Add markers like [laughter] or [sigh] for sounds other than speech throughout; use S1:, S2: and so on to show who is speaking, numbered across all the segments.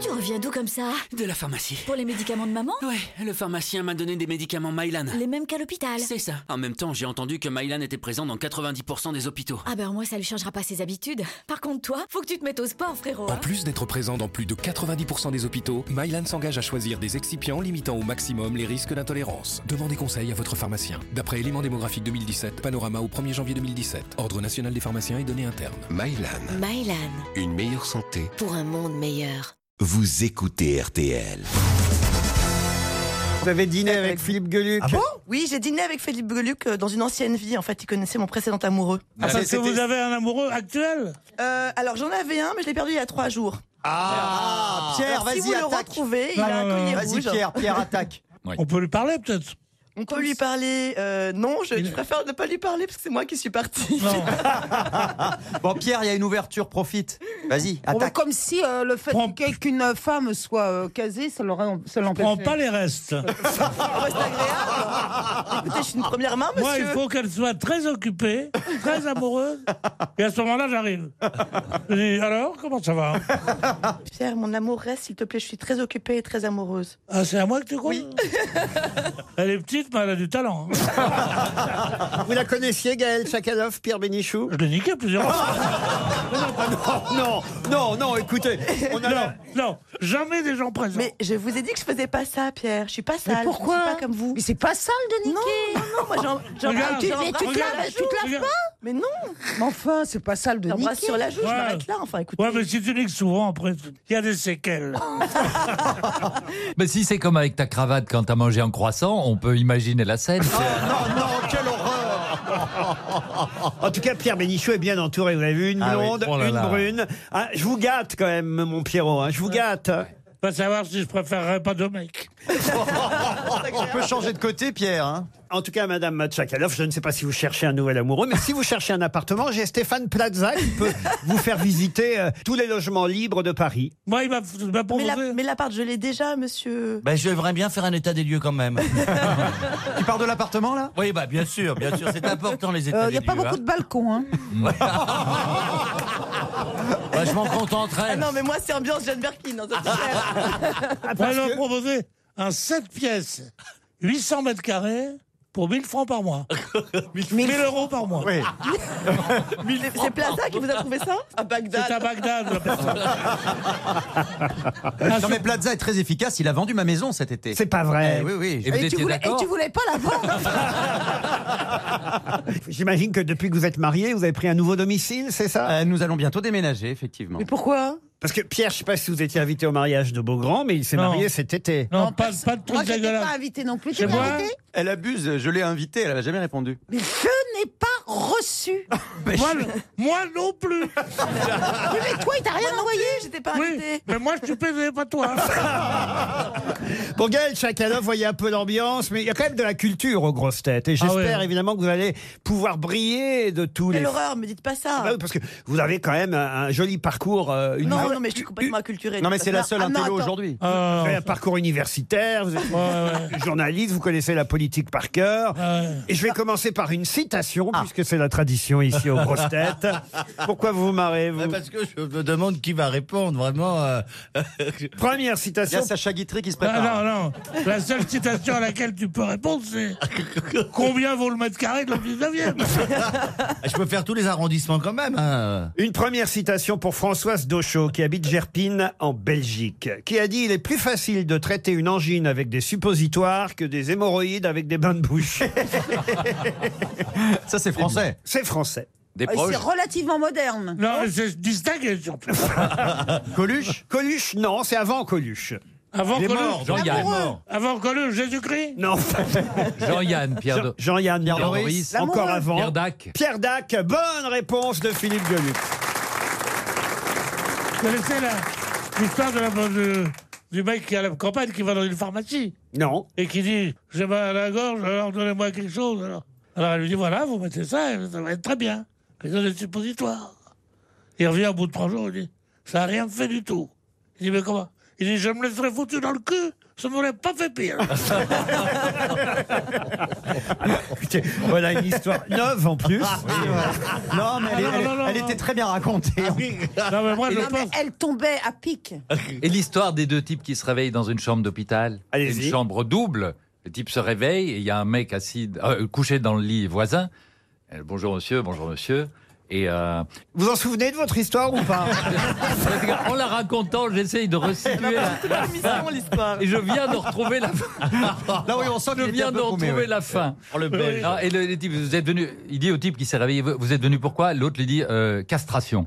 S1: Tu reviens d'où comme ça
S2: De la pharmacie.
S1: Pour les médicaments de maman
S2: Ouais, le pharmacien m'a donné des médicaments Mylan.
S1: Les mêmes qu'à l'hôpital.
S2: C'est ça. En même temps, j'ai entendu que Mylan était présent dans 90% des hôpitaux.
S1: Ah ben au moins ça lui changera pas ses habitudes. Par contre toi, faut que tu te mettes au sport frérot.
S3: En
S1: hein.
S3: plus d'être présent dans plus de 90% des hôpitaux, Mylan s'engage à choisir des excipients limitant au maximum les risques d'intolérance. Demandez conseil à votre pharmacien. D'après éléments démographiques 2017, panorama au 1er janvier 2017, Ordre national des pharmaciens et données internes.
S4: Mylan,
S5: Mylan,
S4: une meilleure santé.
S5: pour un monde meilleur.
S4: Vous écoutez RTL.
S6: Vous avez dîné avec Philippe
S7: Ah
S6: Gueluc.
S8: Oui, j'ai dîné avec Philippe Gueluc euh, dans une ancienne vie. En fait, il connaissait mon précédent amoureux.
S7: Ah, parce que
S6: C'était-
S7: vous avez un amoureux actuel
S8: Euh, alors, j'en avais un, mais je l'ai perdu il y a trois jours.
S6: Ah, Pierre,
S8: Alors, si
S6: vas-y,
S8: vous le
S6: attaque.
S8: retrouvez, il a
S7: Non,
S8: un
S7: non, non,
S8: collier
S6: Vas-y,
S8: rouge.
S6: Pierre, Pierre, attaque.
S7: On peut lui parler peut-être
S8: On peut lui parler. euh, non, je, je préfère ne pas lui parler parce que c'est moi qui suis partie.
S7: Non.
S6: [laughs] Bon, Pierre, il y a une ouverture, profite. Vas-y,
S9: Bon, bah,
S6: attaque.
S9: comme si euh, le fait
S7: Prends-
S9: que- qu'une femme soit euh, casée, ça l'aurait- ça
S7: Prends
S9: l'empêche.
S7: pas les
S8: [laughs]
S7: restes.
S8: On reste agréable. Écoutez, je suis une première main,
S7: Moi,
S8: monsieur.
S7: il faut qu'elle soit très occupée, très amoureuse. Et à ce moment-là, j'arrive. Je dis, alors, comment ça va
S8: [laughs] Pierre, mon amour, reste, s'il te plaît. Je suis très occupée et très amoureuse.
S7: Ah, c'est à moi que tu crois Elle est petite, mais elle a du talent. hein.
S6: [laughs] Vous la connaissiez, Gaël Chakalov, Pierre Bénichou
S7: Je l'ai niqué plusieurs
S6: [laughs]
S7: fois.
S6: Non, non, non, écoutez. On a
S7: Non, non, jamais des gens présents.
S8: Mais je vous ai dit que je faisais pas ça, Pierre. Je suis pas sale.
S9: pourquoi
S8: Je suis pas comme vous.
S9: Mais c'est pas sale de
S8: Non,
S9: niquer.
S8: non, non, moi j'en- j'en
S7: Regarde,
S8: j'en-
S7: tu- mais tu te
S8: j'embrasse
S7: laves-
S8: la
S7: tu te
S8: joue.
S7: laves pas
S8: Mais non,
S9: Mais enfin, c'est pas sale de
S8: j'embrasse
S9: niquer.
S8: sur la joue, je
S7: Ouais.
S8: m'arrête là. Enfin, écoutez. Oh.
S7: Ouais, mais si tu niques souvent, après, il y a des séquelles. [laughs]
S10: Mais si c'est comme avec ta cravate quand t'as mangé un croissant, on peut imaginer la scène.
S6: Oh, Non, non, quelle
S2: [laughs]
S6: horreur
S11: En tout cas, Pierre Bénichou est bien entouré. Vous avez vu une
S6: Ah oui.
S11: blonde,
S10: Oh là
S11: une
S10: là.
S11: brune. Ah, je vous gâte quand même, mon Pierrot. hein, Je vous gâte.
S7: Pas savoir si je préférerais pas deux
S11: [laughs]
S7: mecs.
S6: On peut changer de côté, Pierre. hein.
S11: En tout cas, Madame Matchakalov, je ne sais pas si vous cherchez un nouvel amoureux, mais si vous cherchez un appartement, j'ai Stéphane Plaza qui peut vous faire visiter euh, tous les logements libres de Paris.
S7: Moi, il m'a- il m'a
S8: Mais la-
S7: proposé.
S8: mais l'appart, je l'ai déjà, monsieur.
S10: Ben, j'aimerais bien faire un état des lieux quand même.
S6: [laughs] Tu pars de l'appartement, là Euh,
S10: Oui, bah bien sûr, bien sûr, c'est important les
S9: Il n'y Euh, a pas beaucoup de balcons. Hein.
S6: [laughs]
S10: je m'en contenterai.
S8: Ah non, mais moi, c'est ambiance Jeanne Birkin. non, ça, c'est
S7: ah,
S8: clair.
S7: Elle m'a proposé un 7 pièces, 800 mètres carrés, pour 1000 francs par
S8: [laughs]
S7: mois. 1000 euros par mois.
S6: Oui.
S8: C'est- C'est Plaza qui vous a trouvé ça À Bagdad.
S7: C'est à Bagdad, la personne.
S8: [laughs]
S6: Non, mais Plaza est très efficace. Il a vendu ma maison cet été. Eh
S11: C'est pas vrai.
S6: oui.
S10: Et vous
S9: Et, tu
S10: étiez
S9: voulais, et
S10: d'accord
S9: tu voulais pas
S7: [laughs]
S9: la vendre.
S11: J'imagine que depuis que vous êtes mariés, vous avez pris un nouveau domicile, c'est ça
S6: Euh, nous allons bientôt déménager, effectivement.
S9: Mais pourquoi
S11: Parce que Pierre, je sais pas si vous étiez invité au mariage de Beaugrand, mais il s'est
S7: Non.
S11: marié cet été.
S7: Non, pas, pas de
S9: Moi,
S7: truc
S9: je n'étais pas
S7: dégueulasse.
S9: invitée non plus.
S7: Chez
S9: Tu
S7: moi
S9: m'as invitée
S6: Elle abuse, je l'ai invitée, elle n'a jamais répondu.
S9: Mais je n'ai pas reçu.
S7: Moi, le- [laughs] moi non
S6: [laughs]
S7: plus.
S9: Oui, mais toi, il t'a rien
S8: Moi non
S9: envoyé.
S8: plus, J'étais pas
S7: Oui,
S8: invitée.
S7: mais moi je suis pédé, pas toi.
S11: Bon, Gaël Chakalov, voyez un peu l'ambiance, mais il y a quand même de la culture aux grosses têtes. Et j'espère
S7: Ah ouais. hein.
S11: évidemment que vous allez pouvoir briller de tous les.
S8: Quelle horreur, me dites pas ça.
S11: Ah oui, Parce que vous avez quand même un, un joli parcours, euh, une-
S8: Non, non, mais je suis complètement acculturée.
S6: Non, mais c'est la seule
S9: Ah non,
S6: intello
S9: attends.
S6: aujourd'hui.
S7: Ah,
S11: vous avez un parcours universitaire, vous êtes
S7: ouais, ouais.
S11: journaliste, vous connaissez la politique par cœur.
S7: Ah ouais.
S11: Et je vais commencer par une citation, puisque c'est la tradition ici aux grosses [laughs] têtes. Pourquoi vous vous marrez vous
S10: Parce que je me demande qui va répondre vraiment. euh.
S11: [laughs] Première
S6: Il y a
S11: citation.
S6: Sacha Guitry qui se
S7: Ah,
S6: prépare.
S7: non, non. La seule citation à laquelle tu peux répondre,
S6: [laughs]
S7: c'est combien vaut le mètre carré de la 19e
S10: [laughs] je peux faire tous les arrondissements quand même. hein.
S11: Une première citation pour Françoise Dochot, qui habite Gerpine, en Belgique, qui a dit « Il est plus facile de traiter une angine avec des suppositoires que des hémorroïdes avec des bains de bouche.
S6: Ça, c'est français. »
S11: C'est français.
S10: Des
S9: Ah, C'est relativement moderne.
S7: Non, mais c'est distingué surtout.
S11: [laughs] Coluche Coluche, non, c'est avant Coluche.
S7: Avant
S10: Il est
S7: Coluche,
S10: mort, Jean-Yann.
S7: avant Coluche, Jésus-Christ
S11: Non,
S10: Jean-Yann, Pierre, de...
S11: Jean-Yann
S10: Pierre
S11: Doris,
S10: Doris.
S11: encore
S9: L'amoureux.
S11: avant.
S10: Pierre Dac.
S11: Pierre Dac, bonne réponse de Philippe Gueluc.
S7: Vous connaissez la- l'histoire de la- de- du mec qui est à la campagne qui va dans une pharmacie
S11: Non.
S7: et qui dit J'ai mal à la gorge, alors donnez-moi quelque chose. Alors. alors elle lui dit Voilà, vous mettez ça, et ça va être très bien. Ils ont des suppositoires. Il revient au bout de trois jours, il dit Ça n'a rien fait du tout. Il dit Mais comment Il dit Je me laisserai foutu dans le cul
S12: ça m'aurait pas fait pire.
S11: Écoutez,
S6: [laughs]
S11: voilà une histoire neuve en plus.
S7: Ah
S13: Non, mais elle,
S12: Ah, non,
S13: elle-
S12: non, non,
S13: elle
S12: non.
S13: était très bien racontée.
S7: Ah
S12: Non, mais moi, je
S9: Non, mais
S12: pense.
S9: elle tombait à pic.
S2: Et l'histoire des deux types qui se réveillent dans une chambre d'hôpital C'est
S11: Allez-y.
S2: Une chambre double. Le type se réveille et il y a un mec assis, euh, couché dans le lit voisin. Euh, bonjour monsieur, bonjour monsieur. Et euh,
S11: Vous en souvenez de votre histoire ou pas
S2: [laughs] en la racontant, j'essaye de restituer. la-
S6: Mission, l'histoire.
S2: Et je viens de retrouver la fin.
S13: [laughs] Là, oui, on sent qu'il
S2: Je
S13: était un
S2: viens de
S13: peu paumé,
S2: retrouver
S13: ouais. Oh,
S2: la fin.
S14: le belge.
S2: Ah, et le, le type, vous êtes venu. Il dit au type qui s'est réveillé, vous vous êtes venu pourquoi L'autre lui dit euh, castration.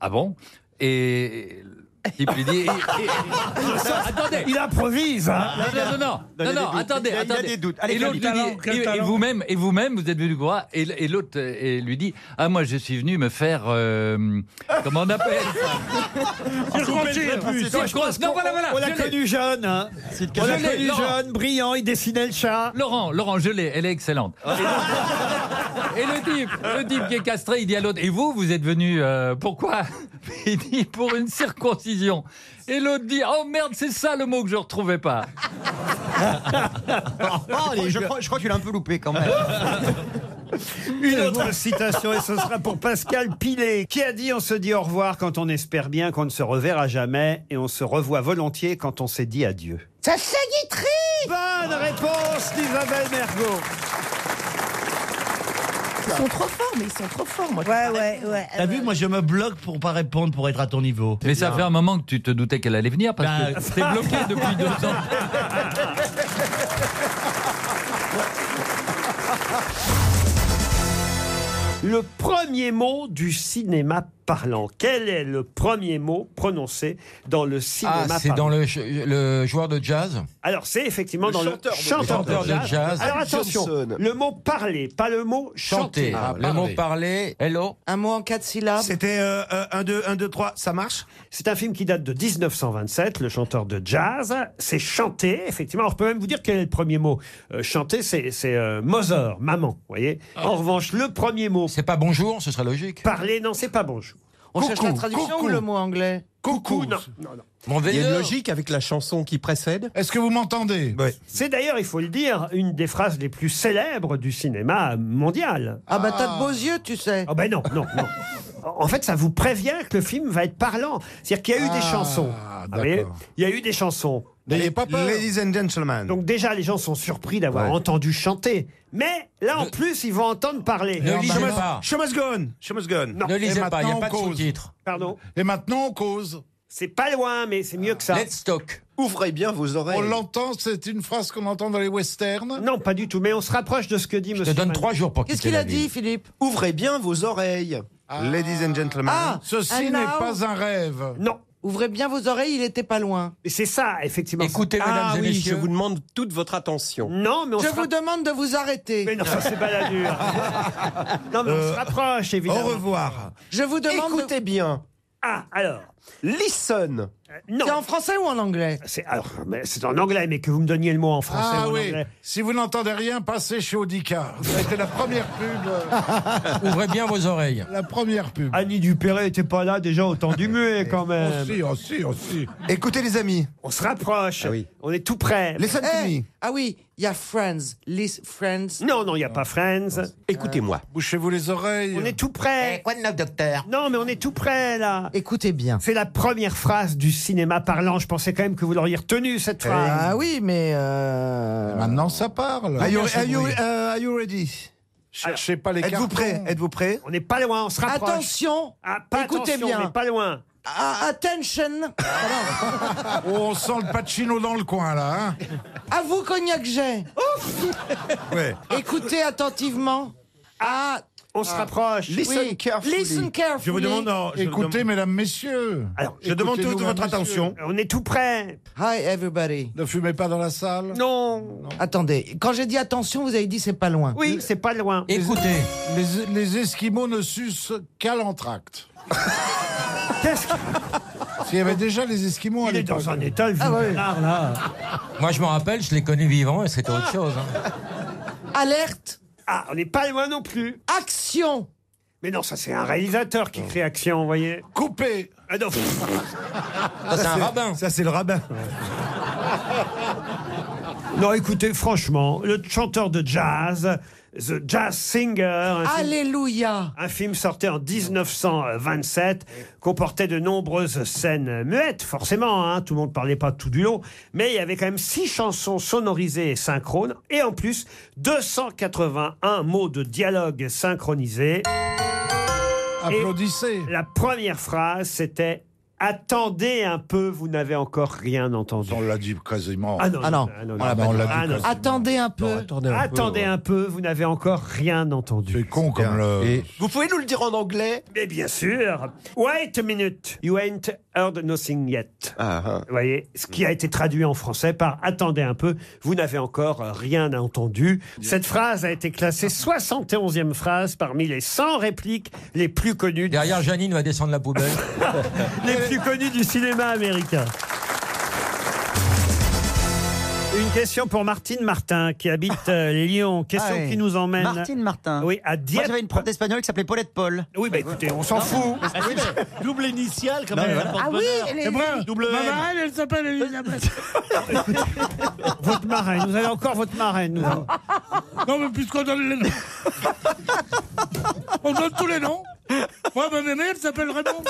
S2: Ah bon Et le type lui
S11: [laughs]
S2: dit. et- et- attendez.
S11: Il improvise. hein.
S2: Non, non, non, non,
S13: il y a
S2: non,
S13: des doutes.
S2: attendez,
S13: Il y a- il y a
S2: attendez.
S13: des doutes. Allez,
S2: et l'autre lui
S12: quel talent,
S2: dit,
S12: quel
S2: et- et,
S12: talent.
S2: vous-même, et vous-même, vous êtes venu quoi Et, l- et l'autre euh, et lui dit, ah moi je suis venu me faire, euh, comment on [laughs] appelle ça
S12: Circoncire.
S2: Circonstance- Non, voilà, voilà.
S11: On l'a
S2: je l'ai.
S11: connu jeune. hein. On l'a
S2: Je l'ai,
S11: connu
S2: Laurent.
S11: jeune, brillant, il dessinait le chat.
S2: Laurent, Laurent, je l'ai, elle est excellente. Et le- Et le type, le type qui est castré, il dit à l'autre, et vous, vous êtes venu, euh, pourquoi [laughs] Il dit, pour une circoncision. Et l'autre dit, oh merde, c'est ça le mot que je retrouvais
S13: [laughs]
S2: pas.
S13: Oh, Allez, je crois, oh, je crois que tu l'as un peu loupé quand
S2: [laughs]
S13: même.
S11: Une autre citation, et ce sera pour Pascal Pilet, qui a dit On se dit au revoir quand on espère bien qu'on ne se reverra jamais, et on se revoit volontiers quand on s'est dit adieu.
S9: Ça se guitry
S11: Bonne réponse d'Isabelle Mergot.
S6: Ils sont trop forts, mais ils sont trop forts, moi.
S9: Ouais, ouais, ouais.
S14: T'as vu, moi je me bloque pour pas répondre, pour être à ton niveau.
S2: Mais ça fait un moment que tu te doutais qu'elle allait venir parce
S14: Bah,
S2: que t'es bloqué
S13: [laughs]
S2: depuis deux ans.
S11: Le premier mot du cinéma parlant. Quel est le premier mot prononcé dans le
S13: Ah,
S11: cinéma parlant
S14: Ah, le, joueur de jazz
S11: Alors, c'est effectivement
S14: Le
S11: dans
S14: chanteur
S11: le
S14: de-
S11: chanteur
S14: chanteur
S11: de
S14: de
S11: jazz.
S14: jazz.
S11: Alors, attention,
S14: Johnson.
S11: le mot parler, pas le mot chanter.
S14: Ah,
S6: Ah,
S14: le mot parler. Hello
S6: Un mot en quatre syllabes.
S14: C'était euh, 1, 2, 1, 2, 3, ça marche
S11: C'est un film qui date de 1927, le chanteur de jazz. C'est chanter, effectivement. Alors, on peut même vous dire quel est le premier mot. Euh, chanter, c'est c'est, euh, Mother, maman, vous voyez. En revanche, le premier mot,
S14: Ah. C'est pas bonjour, ce serait logique.
S11: parler, non, c'est pas bonjour.
S6: On cherche la traduction
S14: coucou.
S6: ou le mot anglais
S11: Coucou, non, non, non.
S14: Il y a une logique avec la chanson qui précède. Est-ce que vous m'entendez
S11: C'est d'ailleurs, il faut le dire, une des phrases les plus célèbres du cinéma mondial.
S6: Ah, bah t'as de beaux yeux, tu sais.
S11: Ah ben non, non, non. En fait, ça vous prévient que le film va être parlant. C'est-à-dire qu'il y a eu des
S14: Ah,
S11: chansons. Vous voyez
S14: d'accord.
S11: Il y a eu des chansons.
S14: N'ayez pas peur. Ladies and gentlemen.
S11: Donc déjà, les gens sont surpris d'avoir
S14: Ouais.
S11: entendu chanter. Mais là, en plus, ils vont entendre parler.
S14: lisez pas. gone.
S11: Non.
S14: Ne lisez pas, il n'y a pas de sous-titres.
S11: Pardon.
S14: Et maintenant, on cause.
S11: C'est pas loin, mais c'est mieux que ça.
S2: Let's talk.
S14: Ouvrez bien vos oreilles. On l'entend, c'est une phrase qu'on entend dans les westerns.
S11: Non, pas du tout. Mais on se rapproche de ce que dit Monsieur. Mann.
S2: jours pour
S6: Qu'est-ce qu'il a dit, Philippe
S14: Ouvrez bien vos oreilles. Ah. Ladies and gentlemen.
S6: Ah, Ceci and n'est now- pas
S14: un rêve.
S11: Non.
S6: Ouvrez bien vos oreilles, il était pas loin.
S11: Et c'est ça, effectivement.
S2: Écoutez,
S6: Ah
S14: Ah
S2: mesdames et messieurs.
S14: demande toute votre attention.
S11: Non, mais on se
S6: Je vous
S11: rapproche.
S6: demande de vous
S11: Mais
S6: arrêter.
S11: non, ça c'est pas la
S6: [laughs]
S11: dure. non, mais on se rapproche, évidemment.
S14: Euh, revoir.
S6: Je vous demande. Écoutez bien.
S11: Ah, alors.
S14: Listen.
S11: Non.
S6: Euh, C'est en français ou en anglais
S11: C'est alors, mais c'est en anglais, mais que vous me donniez le mot en français.
S14: Ah
S11: ou en anglais.
S14: Si vous n'entendez rien, passez chez Audica. C'était la première pub. euh,
S6: Ah,
S2: [laughs] Ouvrez bien vos oreilles.
S14: La première pub.
S11: Annie Dupéret était pas là déjà au temps du muet quand même.
S14: aussi, aussi.
S13: Écoutez, les amis,
S11: On se rapproche.
S13: Ah oui.
S11: On est tout près.
S13: les
S6: Eh, Ah oui, il y a Friends. Liz Friends.
S11: Non, non, il n'y a pas Friends.
S13: Écoutez-moi.
S14: Bouchez-vous les oreilles.
S11: On est tout près.
S6: Eh, quoi de neuf, docteur
S11: Non, mais on est tout près là.
S6: Écoutez bien.
S11: C'est la première phrase du cinéma parlant. Je pensais quand même que vous l'auriez retenue cette phrase.
S6: Ah oui, mais. euh, Ah,
S14: Maintenant, ça parle. Are you, are you-
S6: [laughs]
S14: euh, are you ready Cherchez pas les Êtes-vous prêts Êtes-vous prêts
S11: On n'est pas loin, on se rapproche.
S6: Attention
S11: Ah, pas
S6: Écoutez
S11: attention, On
S6: bien.
S11: n'est pas loin.
S6: Ah, Attention
S14: Oh, On sent le Pacino dans le coin, là. Hein
S6: À vous, Cognac Jet
S14: ouais.
S6: Écoutez attentivement. Ah,
S11: On se rapproche.
S6: oui. Listen carefully.
S14: euh, Écoutez, mesdames, messieurs.
S11: Alors,
S14: je demande toute votre attention.
S11: On est tout près.
S6: Hi, everybody.
S14: Ne fumez pas dans la salle.
S11: Non.
S6: Attendez, quand j'ai dit attention, vous avez dit c'est pas loin.
S11: Oui, c'est pas loin.
S2: Écoutez.
S14: Les, les Esquimaux ne sucent qu'à l'entracte.
S11: Qu'est-ce qu'il
S14: S'il y avait déjà les Esquimaux à
S11: est
S14: l'époque.
S11: dans un état
S6: Ah
S11: le Bernard, là
S2: Moi, je me rappelle, je l'ai connu vivant et c'était autre chose. hein.
S6: Alerte,
S11: Ah, on n'est pas loin non plus.
S6: action.
S11: Mais non, ça c'est un réalisateur qui crée Action, vous voyez.
S14: Coupé
S11: Ah non, pff,
S2: c'est un rabbin.
S14: Ça, c'est le rabbin.
S11: Non, écoutez, franchement, le chanteur de jazz, The Jazz Singer, un, film,
S6: Alléluia.
S11: un film sorti en 1927, comportait de nombreuses scènes muettes, forcément, hein, tout le monde parlait pas tout du long, mais il y avait quand même six chansons sonorisées et synchrones, et en plus, 281 mots de dialogue synchronisés. Applaudissez. la première phrase, c'était Attendez un peu, vous n'avez encore rien entendu. On l'a dit quasiment. Ah non,
S6: Ah non. Ah bah non, on l'a dit
S11: Ah non.
S6: quasiment. Attendez un peu. Non, attendez un peu,
S11: Attendez
S6: ouais.
S11: un peu, vous n'avez encore rien entendu. C'est con
S6: comme le- Et-
S11: Vous pouvez nous le dire en anglais Mais bien sûr. Wait a minute, you ain't heard nothing yet. Vous voyez, ce qui a été traduit en français par Attendez un peu, vous n'avez encore rien entendu. Cette phrase a été classée 71e phrase parmi les 100 répliques les plus connues. Derrière Janine va descendre la poubelle. [laughs] les plus connues du cinéma américain. Une question pour Martine Martin qui habite euh, Lyon. Question
S15: Ah oui.
S11: qui nous emmène.
S15: Martine
S11: Martin. Oui, à Dieppe.
S15: Moi, j'avais une prof d'espagnol qui s'appelait Paulette Paul. Ah,
S11: Oui, bah écoutez, on s'en fout. [laughs]
S15: Double initiale
S11: quand même, elle porte bonheur.
S15: elle
S11: C'est vrai
S15: double
S11: Maman,
S15: M.
S7: Elle, elle s'appelle Elisabeth.
S11: Votre marraine, vous avez encore votre marraine. nous avons.
S7: Non, mais puisqu'on donne les noms. On donne tous les noms. Moi, ma mémé, elle s'appelle Raymond.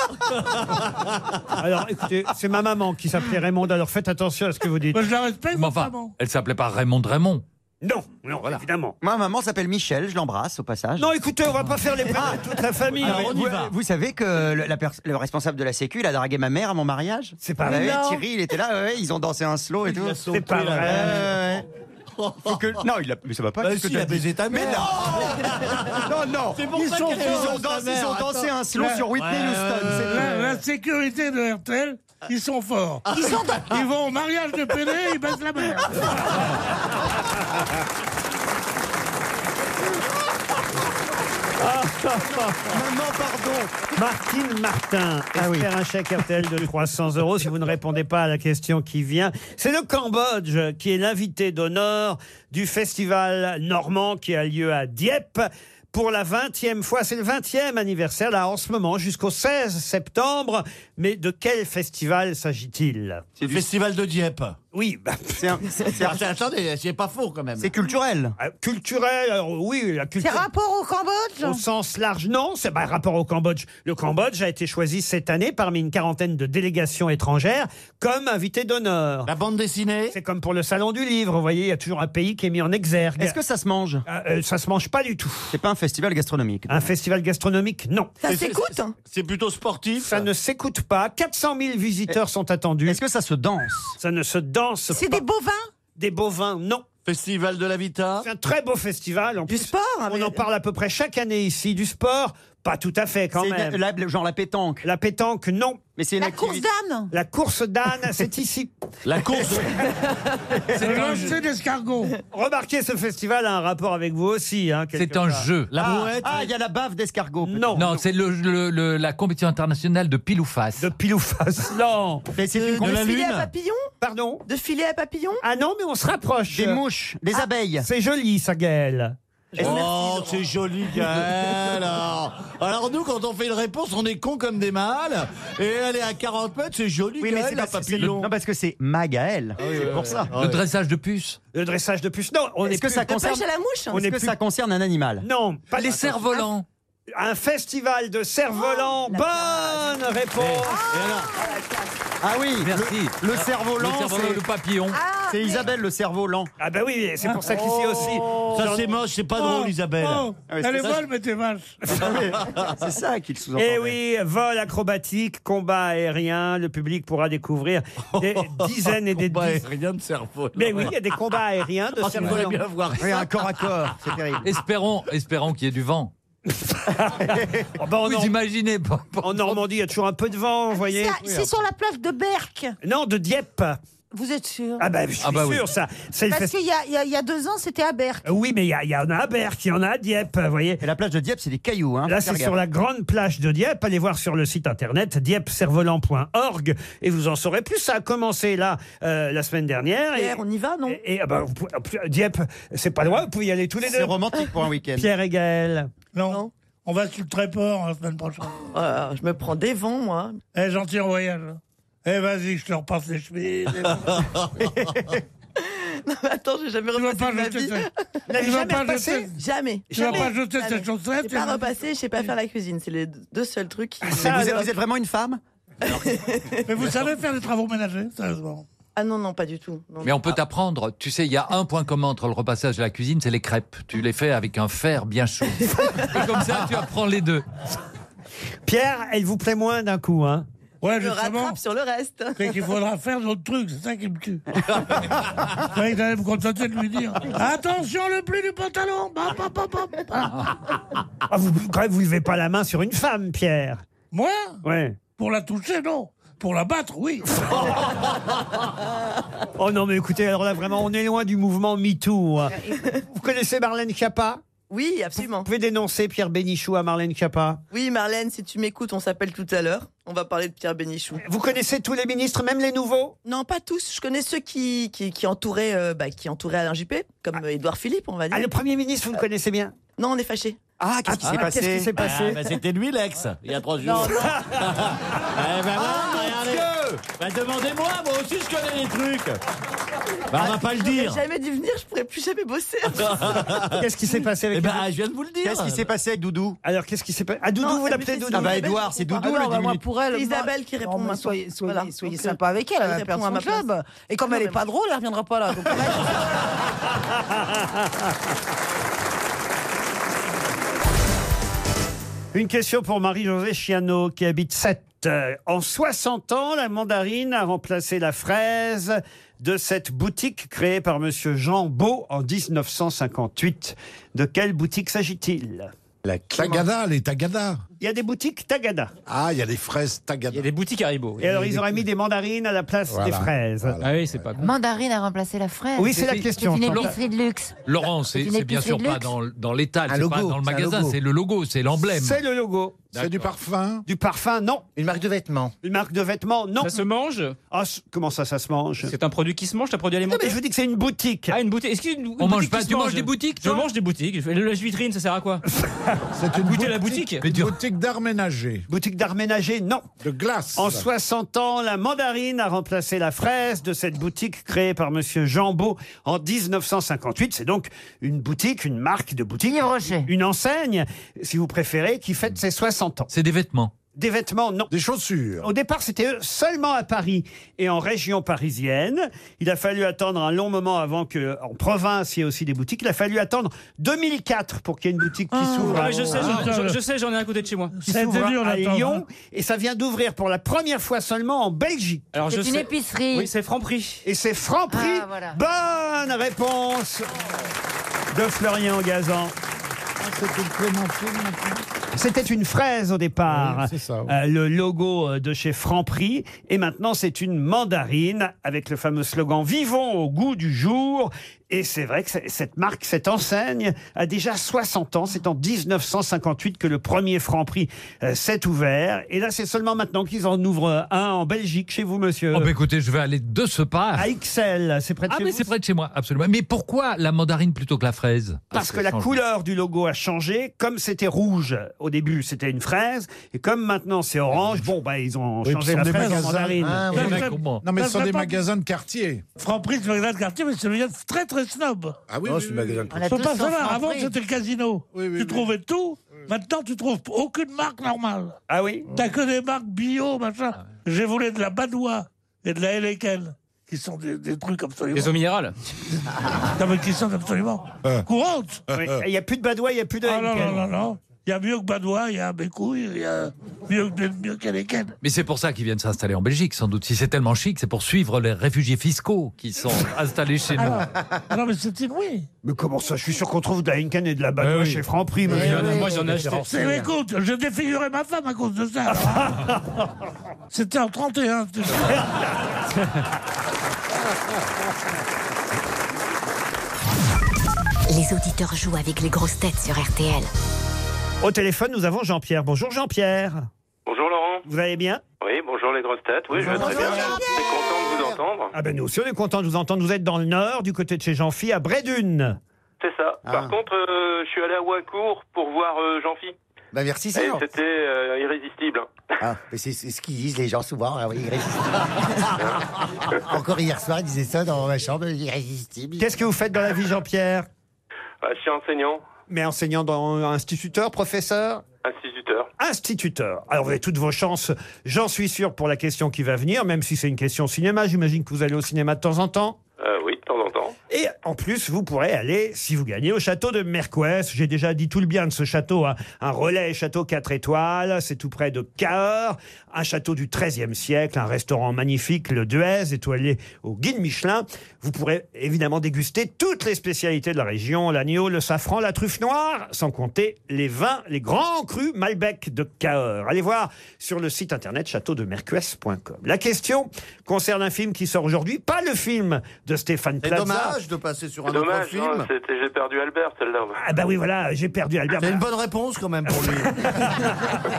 S11: Alors écoutez, c'est ma maman qui s'appelait Raymond, alors faites attention à ce que vous dites.
S7: je la respecte,
S2: Mais enfin, elle s'appelait pas Raymond de Raymond.
S11: Non, non, évidemment.
S15: Ma maman s'appelle Michel, je l'embrasse au passage. Ah.
S11: Non, écoutez, on va pas faire les bras de toute la famille.
S15: Alors,
S11: On y
S15: vous,
S11: va.
S15: vous savez que le, la pers- le responsable de la sécu, il a dragué ma mère à mon mariage C'est
S11: pas vrai. Non.
S15: Thierry, il était là, ouais, ouais, ils ont dansé un slow et tout.
S11: C'est pas
S15: Ouais,
S11: vrai.
S15: ouais, ouais. Faut que- Non, il a... mais ça va pas.
S11: Bah
S15: qu'est-ce que
S11: si,
S15: t'as
S11: il a
S15: dit
S11: baisé ta
S15: Mais
S11: mère.
S16: [laughs]
S15: non, non, non.
S7: C'est pour
S15: ils
S7: ça
S15: ont,
S7: qu'elle
S15: ils ont
S7: danse,
S15: dansé-
S7: ta
S15: ils
S7: mère,
S15: ont dansé
S7: attends.
S15: un slow
S7: Ouais,
S15: sur Whitney
S7: ouais,
S15: Houston.
S7: ouais,
S15: c'est tout.
S7: ouais. La, la sécurité de RTL, ils sont forts.
S9: Ils sont-
S7: Ils vont au mariage de PD, ils baissent la mère.
S15: Maman, pardon. Ah
S11: Martine Martin espère un chèque RTL de 300 euros si vous ne répondez pas à la question qui vient. C'est le Cambodge qui est l'invité d'honneur du festival normand qui a lieu à Dieppe. Pour la 20e fois, c'est le 20e anniversaire là en ce moment jusqu'au 16 septembre. Mais de quel festival s'agit-il
S6: C'est le festival de Dieppe.
S11: Oui, bah,
S15: [laughs]
S6: Attends, Attendez, c'est pas faux quand même.
S15: C'est culturel.
S11: euh, culturel, alors oui, la
S9: C'est
S11: culture.
S9: rapport au
S11: Au
S9: Cambodge
S11: sens large, non, c'est par rapport au Cambodge. Le Cambodge a été choisi cette année parmi une quarantaine de délégations étrangères comme invité d'honneur.
S6: La bande dessinée
S11: C'est comme pour le Salon du Livre, vous voyez, il y a toujours un pays qui est mis en exergue.
S15: Est-ce que ça se mange
S11: Euh, euh, ça se mange pas du tout.
S15: C'est pas un festival gastronomique.
S11: Un festival gastronomique, non.
S9: Ça s'écoute hein.
S6: C'est plutôt sportif
S11: Ça ne s'écoute pas. 400 000 visiteurs sont attendus.
S15: Est-ce que ça se danse
S11: Ça ne se danse
S9: C'est
S11: pas.
S9: des bovins
S11: Des bovins, non.
S6: Festival de la Vita
S11: C'est un très beau festival. En
S9: Du
S11: plus,
S9: sport hein,
S11: on
S9: mais-
S11: en parle à peu près chaque année ici. Du sport, pas tout à fait quand
S15: C'est
S11: même.
S15: la- la- genre la pétanque.
S11: La pétanque, non.
S15: Mais c'est une
S9: La course
S15: activité.
S9: d'âne
S11: La course d'âne, [laughs] c'est ici.
S6: La course
S11: [laughs]
S7: C'est lancer d'escargot.
S11: Remarquez, ce festival a un rapport avec vous aussi. hein, quelque
S2: C'est un
S11: part.
S2: jeu.
S6: La
S15: Ah,
S6: brouette
S15: ah, il y a la bave d'escargot. peut-être.
S11: Non,
S2: Non, c'est le- le- le- la compétition internationale de pile ou face.
S11: de pile ou face. Non.
S15: Mais c'est une
S9: De
S15: compétition.
S9: filet
S11: hein,
S9: à papillon
S11: Pardon
S9: De filet à papillon
S11: Ah non, mais on se rapproche. Ah,
S15: Des mouches, des abeilles.
S11: C'est joli, ça, Gaël.
S6: Oh, c'est joli,
S11: [laughs]
S6: Gaël alors. alors nous, quand on fait une réponse, on est con comme des mâles. Et elle est à 40 mètres, c'est Euh, joli,
S15: Oui, mais
S6: Gaël,
S15: c'est
S6: la
S15: parce, c'est-
S6: papillon.
S15: non, parce que c'est Magaël. c'est pour ça.
S2: Le dressage de puces.
S11: Le dressage de puce. Non, on est,
S15: Est-ce que
S11: plus-
S15: ça
S9: De
S15: concerne
S9: pêche à la mouche
S11: On
S15: Est-ce
S11: est
S15: que
S11: plus-
S15: ça concerne un animal
S11: Non, pas Ah,
S2: Les cerfs-volants.
S11: Un festival de cerfs-volants.
S6: [laughs]
S11: Bonne réponse.
S6: Et alors
S15: Ah oui,
S2: Merci.
S15: le, le cerveau
S2: Le
S15: lent,
S2: cerf-volant,
S15: c'est-
S2: le papillon.
S15: c'est Isabelle le cerveau lent.
S11: Ah ben oui, c'est pour ça qu'ici aussi.
S6: Oh. Ça, c'est moche, c'est pas drôle, Isabelle.
S7: Oh,
S15: Ah ouais, c'est
S7: elle est
S15: ça.
S7: molle, mais t'es vache.
S15: Ah c'est ça qu'il sous-entend.
S11: Eh oui, vol acrobatique, combat aérien, le public pourra découvrir des dizaines et des
S6: Combat
S11: dizaines.
S6: aérien de cerveau.
S11: Mais oui, il y a des combats aériens
S2: [laughs]
S11: de
S6: Oh, tu voudrais
S11: cerfs-volants.
S6: bien voir.
S15: Oui, un corps
S11: [laughs]
S15: à corps, c'est terrible.
S2: Espérons, espérons qu'il y ait du vent.
S11: Oh, ben, on
S2: Vous
S11: en-
S2: imaginez pas- pas-
S11: En Normandie, il y a toujours un peu de vent, vous voyez.
S9: C'est à- C'est sur la plage de Berck.
S11: Non, de Dieppe.
S9: Vous êtes sûr
S11: Ah ben, je suis
S2: Ah bah oui.
S11: sûr, ça. C'est le
S9: Parce
S11: fest-
S9: qu'il y a, il y a- il y a deux ans, c'était à Berck.
S11: Euh, Oui, mais il y, a- il y en a à Berck, il y en a à Dieppe, vous voyez.
S15: Et la plage de Dieppe, c'est des cailloux. Hein,
S11: Là,
S15: Faire
S11: c'est
S15: gaffe.
S11: sur la grande plage de Dieppe. Allez voir sur le site internet dieppecervolant.org et vous en saurez plus. Ça a commencé là euh, la semaine dernière. Et,
S9: Pierre, on y va, non
S11: et- et, ah bah, vous pouvez- ah, plus- Dieppe, c'est pas loin. Vous pouvez y aller tous les
S15: C'est
S11: deux.
S15: romantique pour un week-end.
S11: Pierre et Gaël.
S7: Non.
S9: Non.
S7: On va sur le Tréport hein, la semaine prochaine.
S9: Euh, Je me prends des vents, moi.
S7: Eh, gentil en voyage. Eh vas-y, je te repasse les chemises.
S8: Non, mais attends, j'ai jamais repassé de ma vie.
S7: Vous l'avez jamais repassé
S8: Jamais.
S7: Tu l'as pas jeté,
S8: Jamais.
S7: cette chaussette,
S8: J'ai
S7: et-
S8: pas repassé, je sais pas faire la cuisine. C'est les deux seuls trucs qui.
S7: ça, Vous êtes- alors- vous êtes
S8: vraiment une [laughs] femme
S7: Mais vous savez faire des travaux ménagers, sérieusement
S8: Ah non, non, pas du tout. Non.
S2: Mais on peut t'apprendre. Tu sais, il y a un point commun entre le repassage et la cuisine, c'est les crêpes. Tu les fais avec un fer bien
S11: [laughs]
S2: chaud. Et comme ça, tu apprends les deux.
S11: Pierre, elle vous plaît moins d'un coup, hein
S7: Ouais,
S8: Je rattrape sur le reste.
S7: C'est qu'il faudra faire d'autres trucs, c'est ça qui me
S8: [laughs]
S7: tue. C'est vrai que j'allais me contenter de lui dire Attention, le pli du pantalon Bam, bam, bam, bam. Voilà.
S11: Ah, vous, quand même, vous levez pas la main sur une femme, Pierre.
S7: Moi
S11: Ouais.
S7: Pour la toucher, non. Pour la battre, oui.
S11: [laughs] Oh non, mais écoutez, alors là, vraiment, on est loin du mouvement MeToo. hein. Vous connaissez Marlène Chapa
S8: Oui, absolument. Vous
S11: pouvez dénoncer Pierre Bénichou à Marlène Chapa
S8: [laughs] Oui, Marlène, si tu m'écoutes, on s'appelle tout à l'heure. On va parler de Pierre Bénichou.
S11: Vous connaissez tous les
S8: Ah bah,
S11: ministres, même les nouveaux
S8: Non, pas tous. Je connais ceux qui, qui, qui entouraient, euh, bah, qui entouraient Alain Juppé, comme euh, Édouard Philippe, on va dire. Euh,
S11: Ah, le Premier ministre, vous le connaissez bien
S8: Non, on est fâchés.
S11: Ah, qu'est-ce qui s'est passé
S8: qu'est-ce qui s'est
S11: passé
S6: Ah, bah, C'était lui l'ex, il y a trois
S8: Non,
S6: [laughs] jours. bah,
S8: non.
S11: Ah,
S6: Eh ben voilà, regardez. Bah, demandez-moi, moi aussi je connais les trucs. Bah, on va pas le
S8: J'aurais
S6: dire.
S8: jamais dû venir, je pourrais plus jamais bosser.
S11: [laughs] Qu'est-ce qui s'est passé avec
S6: Eh ben, je viens de vous le dire.
S17: Qu'est-ce qui s'est passé avec Doudou
S11: Alors, qu'est-ce qui s'est passé Ah, Doudou,
S8: Non,
S11: vous
S8: mais
S11: l'appelez
S8: c'est
S11: Doudou
S8: Ah bah, Isabelle Édouard, qui
S9: c'est Doudou, le moi, pour elle,
S8: C'est
S9: moi-
S8: Isabelle qui
S9: Non,
S8: répond
S9: mais
S8: maintenant.
S9: Soyez, soyez,
S8: Voilà,
S9: soyez
S8: donc,
S9: sympa avec elle, elle
S8: elle
S9: va perdre
S8: répond à
S9: son
S8: ma place.
S9: job. Et comme
S8: Non,
S9: elle
S8: mais
S9: n'est pas
S8: moi-
S9: drôle, elle reviendra pas là. Donc,
S11: Une question pour Marie-Josée Chiano qui habite 7. En 60 ans, la mandarine a remplacé la fraise de cette boutique créée par Monsieur Jean Beau en 1958. De quelle boutique s'agit-il
S14: La Tagada, les Tagada.
S11: Il y a des boutiques Tagada.
S14: Ah, il y a des fraises Tagada. Il y a des boutiques Haribo.
S11: Et alors, ils auraient mis des mandarines à la place
S14: Voilà.
S11: des fraises.
S2: Ah oui, c'est pas con.
S18: Mandarine a remplacé la fraise.
S11: Oui, c'est la question,
S18: C'est une
S11: Chantal.
S18: épicerie de luxe.
S2: Laurent, c'est
S18: C'est une
S2: c'est bien
S18: épicerie
S2: sûr
S18: de
S2: pas
S18: luxe.
S2: dans, dans l'étal,
S18: Un
S2: c'est pas
S18: logo,
S2: dans le
S18: c'est un
S2: magasin,
S18: logo.
S2: c'est le logo, c'est l'emblème.
S11: C'est le logo.
S2: C'est du
S11: parfum Du parfum, non. Une marque de vêtements Une marque de vêtements, non. Ça se mange Comment ça, ça se mange
S19: C'est un produit qui se mange, c'est un produit alimentaire.
S11: mais je vous dis que c'est une boutique.
S19: Ah, une boutique. Est-ce qu'il y a une- une
S2: On mange
S19: boutique
S2: pas-
S19: qui se
S2: tu manges
S19: mange
S2: des boutiques,
S19: Je
S2: toi
S19: mange des boutiques. Je fais Le vitrine, ça sert à
S7: [laughs]
S19: quoi
S14: C'est une
S19: Goûtez la boutique. Mais
S14: Une boutique d'art ménager.
S11: Boutique d'art ménager, non.
S14: De glace.
S11: En 60 ans, la mandarine a remplacé la fraise de cette boutique créée par Monsieur Jambeau en 1958. C'est donc une boutique, une marque de boutique, une enseigne, si vous préférez, qui fête ses 60 ans.
S2: C'est des vêtements.
S11: Des vêtements, non.
S14: Des chaussures.
S11: Au départ, c'était seulement à Paris et en région parisienne. Il a fallu attendre un long moment avant que, en province, il y ait aussi des boutiques. Il a fallu attendre 2004 pour qu'il y ait une boutique qui s'ouvre.
S19: Ah,
S11: à-
S19: ouais, je sais, j'en- je, je sais, j'en ai à côté de chez moi.
S11: qui
S7: hein.
S11: s'ouvre
S7: Ah,
S11: à Lyon et ça vient d'ouvrir pour la première fois seulement en Belgique.
S19: Alors, je C'est une sais-
S18: épicerie.
S19: Oui, c'est Franprix.
S11: Et c'est Franprix.
S18: Ah, voilà.
S11: Bonne réponse de Florian Gazan. C'était une fraise au départ,
S14: Oui, c'est ça, oui.
S11: Euh, le logo euh, de chez Franprix, et maintenant c'est une mandarine avec le fameux slogan "Vivons au goût du jour". Et c'est vrai que c'est- cette marque, cette enseigne, a déjà 60 ans. C'est en 1958 que le premier Franprix euh, s'est ouvert, et là c'est seulement maintenant qu'ils en ouvrent un en Belgique chez vous, monsieur.
S2: Oh, bah écoutez, je vais aller de ce pas.
S11: À Ixelles, c'est près de
S2: Ah,
S11: chez
S2: mais
S11: vous,
S2: c'est près de chez moi, absolument. Mais pourquoi la mandarine plutôt que la fraise
S11: Parce
S2: Ah,
S11: que la
S2: change.
S11: couleur du logo a changé, comme c'était rouge au début, c'était une fraise, et comme maintenant c'est orange, bon bah ils ont
S14: Oui,
S11: changé
S14: puis
S11: la
S14: ce sont des
S11: fraise en
S14: magasins.
S11: mandarine.
S14: Ah, oui.
S11: Et
S14: Ça,
S11: donc,
S14: ça- Non, mais ce sont des magasins de quartier.
S7: Franprix, c'est le magasin de quartier, mais c'est le magasin très très snob.
S14: Ah oui, oui, oui, oui.
S7: Il faut pas savoir, avant
S14: Franprix.
S7: c'était le casino. tu trouvais tout. Maintenant, tu trouves aucune marque normale.
S11: Ah oui
S7: T'as que des marques bio, machin.
S14: Ah
S7: J'ai volé de la Badois et de la Helleken, qui sont des, des trucs absolument.
S19: Des eaux minérales.
S7: Non, mais qui sont absolument
S14: Ah.
S7: courantes.
S11: Oui, Il n'y a plus de Badois, il n'y a plus de
S7: Ah non, non,
S11: Heineken.
S7: non, non. Il y a mieux que Badois, il y a mes couilles, il y a mieux que mieux qu'Helleken.
S2: Mais c'est pour ça qu'ils viennent s'installer en Belgique, sans doute. Si c'est tellement chic, c'est pour suivre les réfugiés fiscaux
S20: [laughs]
S2: qui sont installés chez nous.
S7: Ah non, mais c'est inouï.
S11: Mais comment ça Je suis sûr qu'on trouve de la Heineken et de la
S14: Eh
S19: Eh
S11: Badois Bah, chez Franprix.
S19: Mais
S11: monsieur.
S19: il y en a- moi, j'en ai acheté.
S7: C'est mais écoute, je défigurais ma femme à cause de ça.
S14: hein.
S7: alors. C'était en 31. tu sais.
S21: Les auditeurs jouent avec les grosses têtes sur RTL.
S11: Au téléphone, nous avons Jean-Pierre. Bonjour Jean-Pierre.
S12: Bonjour Laurent.
S11: Vous allez bien
S12: Oui, bonjour les grosses têtes. Oui, je vais très bien. Très content de vous entendre.
S11: Ah ben nous aussi, on est content de vous entendre. Vous êtes dans le nord, du côté de chez Jean-Phi, à Brédune. Ah.
S12: C'est ça. Par contre, euh, je suis allé à Wacourt pour voir euh, Jean-Phi.
S11: Bah,
S12: Et
S22: D'avertissement.
S12: C'était euh, irrésistible.
S22: Ah, mais c'est c'est ce qu'ils disent les gens souvent. hein, oui, irrésistible.
S11: [laughs]
S22: Encore hier soir, ils disaient ça dans ma chambre, irrésistible.
S11: Qu'est-ce que vous faites dans la vie, Jean-Pierre
S12: Ah, je suis enseignant,
S11: Mais enseignant dans instituteur, professeur
S12: instituteur.
S11: Instituteur. Alors vous avez toutes vos chances, j'en suis sûr, pour la question qui va venir, même si c'est une question cinéma. J'imagine que vous allez au cinéma de temps en temps.
S12: Euh, oui, de temps en temps.
S11: Et en plus, vous pourrez aller, si vous gagnez, au château de Mercouès. J'ai déjà dit tout le bien de ce château. hein. Un relais château 4 étoiles, c'est tout près de Cahors. Un château du XIIIe siècle, un restaurant magnifique, le Duez, étoilé au guide Michelin. Vous pourrez évidemment déguster toutes les spécialités de la région. L'agneau, le safran, la truffe noire, sans compter les vins, les grands crus Malbec de Cahors. Allez voir sur le site internet châteaudemercues.com. La question concerne un film qui sort aujourd'hui, pas le film de Stéphane
S15: C'est
S11: Plaza.
S15: dommage de passer sur un autre
S12: Dommage,
S15: film.
S12: hein, c'était J'ai perdu Albert, celle-là.
S11: Ah bah oui, voilà, j'ai perdu Albert.
S15: C'est une bonne réponse quand même
S11: [laughs]
S15: pour lui.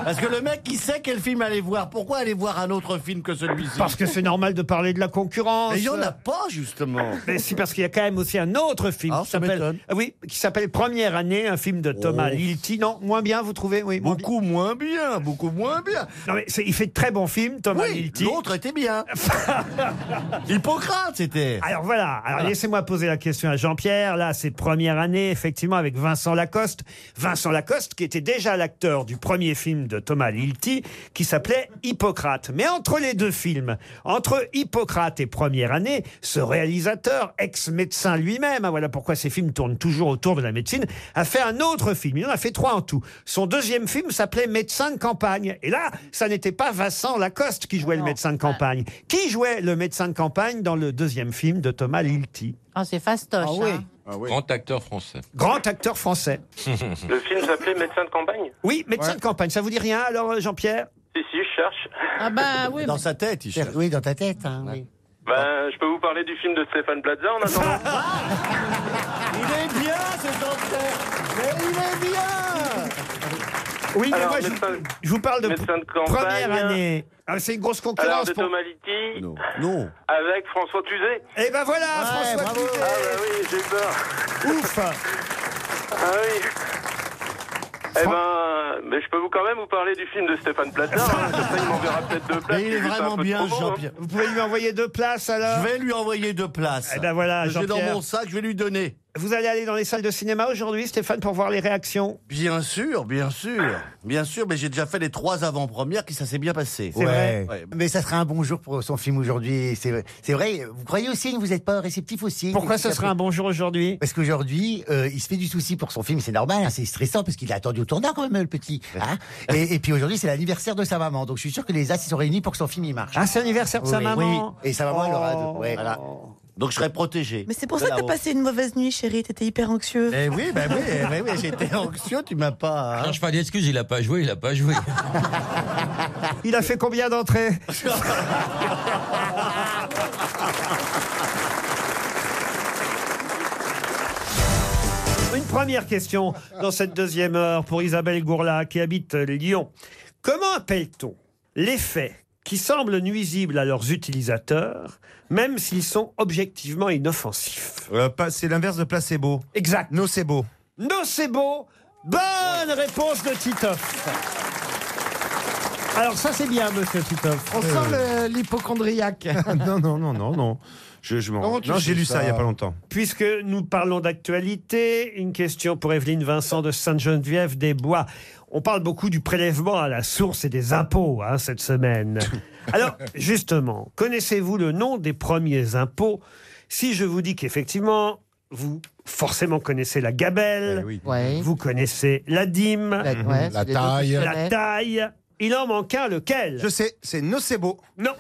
S15: Parce que le mec, il sait quel film aller voir. Pourquoi aller voir un autre film que celui-ci
S11: Parce que c'est normal de parler de la concurrence.
S15: Mais il y en a pas, justement.
S11: Mais si, parce qu'il y a quand même aussi un autre film qui s'appelle. Ah oui, qui s'appelle Première année, un film de Thomas Lilti. Non, moins bien, vous trouvez Oui. Oh. Beaucoup moins bien, beaucoup moins [laughs] bien. Non, mais c'est- il fait de très bons films, Thomas
S15: Oui,
S11: Lilti.
S15: l'autre
S11: [laughs]
S15: était bien. Hippocrate, c'était.
S11: Alors voilà, alors
S15: Voilà.
S11: laissez-moi poser la question à Jean-Pierre. Là, c'est première année, effectivement, avec Vincent Lacoste. Vincent Lacoste, qui était déjà l'acteur du premier film de Thomas Lilti, qui s'appelait Hippocrate. Mais entre les deux films, entre Hippocrate et première année, ce réalisateur, ex-médecin lui-même, hein, voilà pourquoi ces films tournent toujours autour de la médecine, a fait un autre film. Il en a fait trois en tout. Son deuxième film s'appelait Médecin de campagne. Et là, ça n'était pas Vincent Lacoste qui
S23: Ah
S11: jouait le médecin de campagne. Qui jouait le médecin de campagne dans le deuxième film de Thomas Lilti
S23: Ah, c'est fastoche. hein.
S11: Ah
S20: Grand acteur français.
S11: Grand acteur français.
S12: Le film s'appelait Médecin de campagne
S11: Oui, médecin de campagne. Ça vous dit rien alors, euh, Jean-Pierre
S12: Si, si, je cherche.
S23: Ah bah oui.
S15: Dans sa tête, il cherche.
S22: Oui, dans ta tête. hein, oui.
S12: Ben, je peux vous parler du film de Stéphane Plaza en attendant
S15: Il est bien, ce docteur. Mais il est bien.
S11: [laughs] Oui, mais
S12: Alors,
S11: moi, je,
S12: médecin-
S11: je vous parle de,
S12: médecin de campagne.
S11: première année. Ah, c'est une grosse
S12: Alors,
S11: concurrence.
S12: de
S11: pour-
S12: Thomas Litti,
S15: Non.
S12: avec François Tuzet.
S11: Eh ben voilà,
S12: François Tuzet Ah bah oui, j'ai peur.
S11: Ouf
S12: Ah oui Eh ben, mais je peux vous quand même vous parler du film de Stéphane Plaza.
S11: [laughs]
S12: hein. Comme ça, il m'enverra peut-être deux places.
S15: Mais il est
S12: c'est juste un
S15: vraiment
S12: peu de
S15: bien,
S12: promo, hein.
S15: Jean-Pierre.
S11: Vous pouvez lui envoyer deux places alors
S15: Je vais lui envoyer deux places.
S11: Eh ben voilà,
S15: Je vais dans
S11: Jean-Pierre.
S15: mon sac, je vais lui donner.
S11: Vous allez aller dans les salles de cinéma aujourd'hui, Stéphane, pour voir les réactions
S15: Bien sûr, bien sûr, bien sûr, mais j'ai déjà fait les trois avant-premières qui ça s'est bien passé.
S22: Ouais.
S15: Ouais.
S22: Mais ça sera un bon jour pour son film aujourd'hui. C'est vrai. C'est vrai. Vous croyez aussi que vous n'êtes pas réceptif aussi
S11: Pourquoi ce serait un bon jour aujourd'hui
S22: Parce qu'aujourd'hui, euh, il se fait du souci pour son film. C'est normal. hein, c'est stressant parce qu'il a attendu au tournant quand même, le petit. hein. et, et puis aujourd'hui, c'est l'anniversaire de sa maman. Donc je suis sûr que les as ils sont réunis pour que son film il marche.
S11: Ah, c'est l'anniversaire de sa
S22: Oui,
S11: maman
S22: oui. Et sa maman, elle aura. deux- ouais.
S15: Donc je serai protégé.
S8: Mais c'est pour ça que t'as passé une mauvaise nuit, chérie. T'étais hyper anxieux.
S15: Eh oui, bah oui, eh oui, oui, j'étais anxieux, tu m'as
S22: Ah.
S15: pas. hein.
S20: Cherche pas d'excuses, il a pas joué, il a pas joué.
S11: Il a fait combien d'entrées Une première question dans cette deuxième heure pour Isabelle Gourla qui habite Lyon. Comment appelle-t-on les faits qui semblent nuisibles à leurs utilisateurs, même s'ils sont objectivement inoffensifs
S5: Euh, C'est l'inverse de placebo.
S11: Exact.
S5: Nocebo.
S11: Nocebo. Bonne réponse de Titoff. Alors ça c'est bien, monsieur Titoff.
S24: On sent le-
S11: [laughs]
S24: l'hypochondriaque.
S5: non, Euh, non, non, non, non. Je, je m'en-
S24: Comment tu
S5: Non,
S24: sais
S5: j'ai lu ça il n'y a
S24: ça
S5: pas longtemps.
S11: Puisque nous parlons d'actualité, une question pour Evelyne Vincent de Sainte-Geneviève des Bois. On parle beaucoup du prélèvement à la source et des impôts hein,
S5: [laughs]
S11: cette semaine. Alors, justement, connaissez-vous le nom des premiers impôts Si je vous dis qu'effectivement, vous forcément connaissez la gabelle,
S5: Eh
S11: vous connaissez la dîme,
S5: Mhm.
S24: ouais, La c'est les deux que taille. je
S11: la
S24: connais.
S11: taille. Il en manque un, lequel Je sais, c'est nocebo. Non.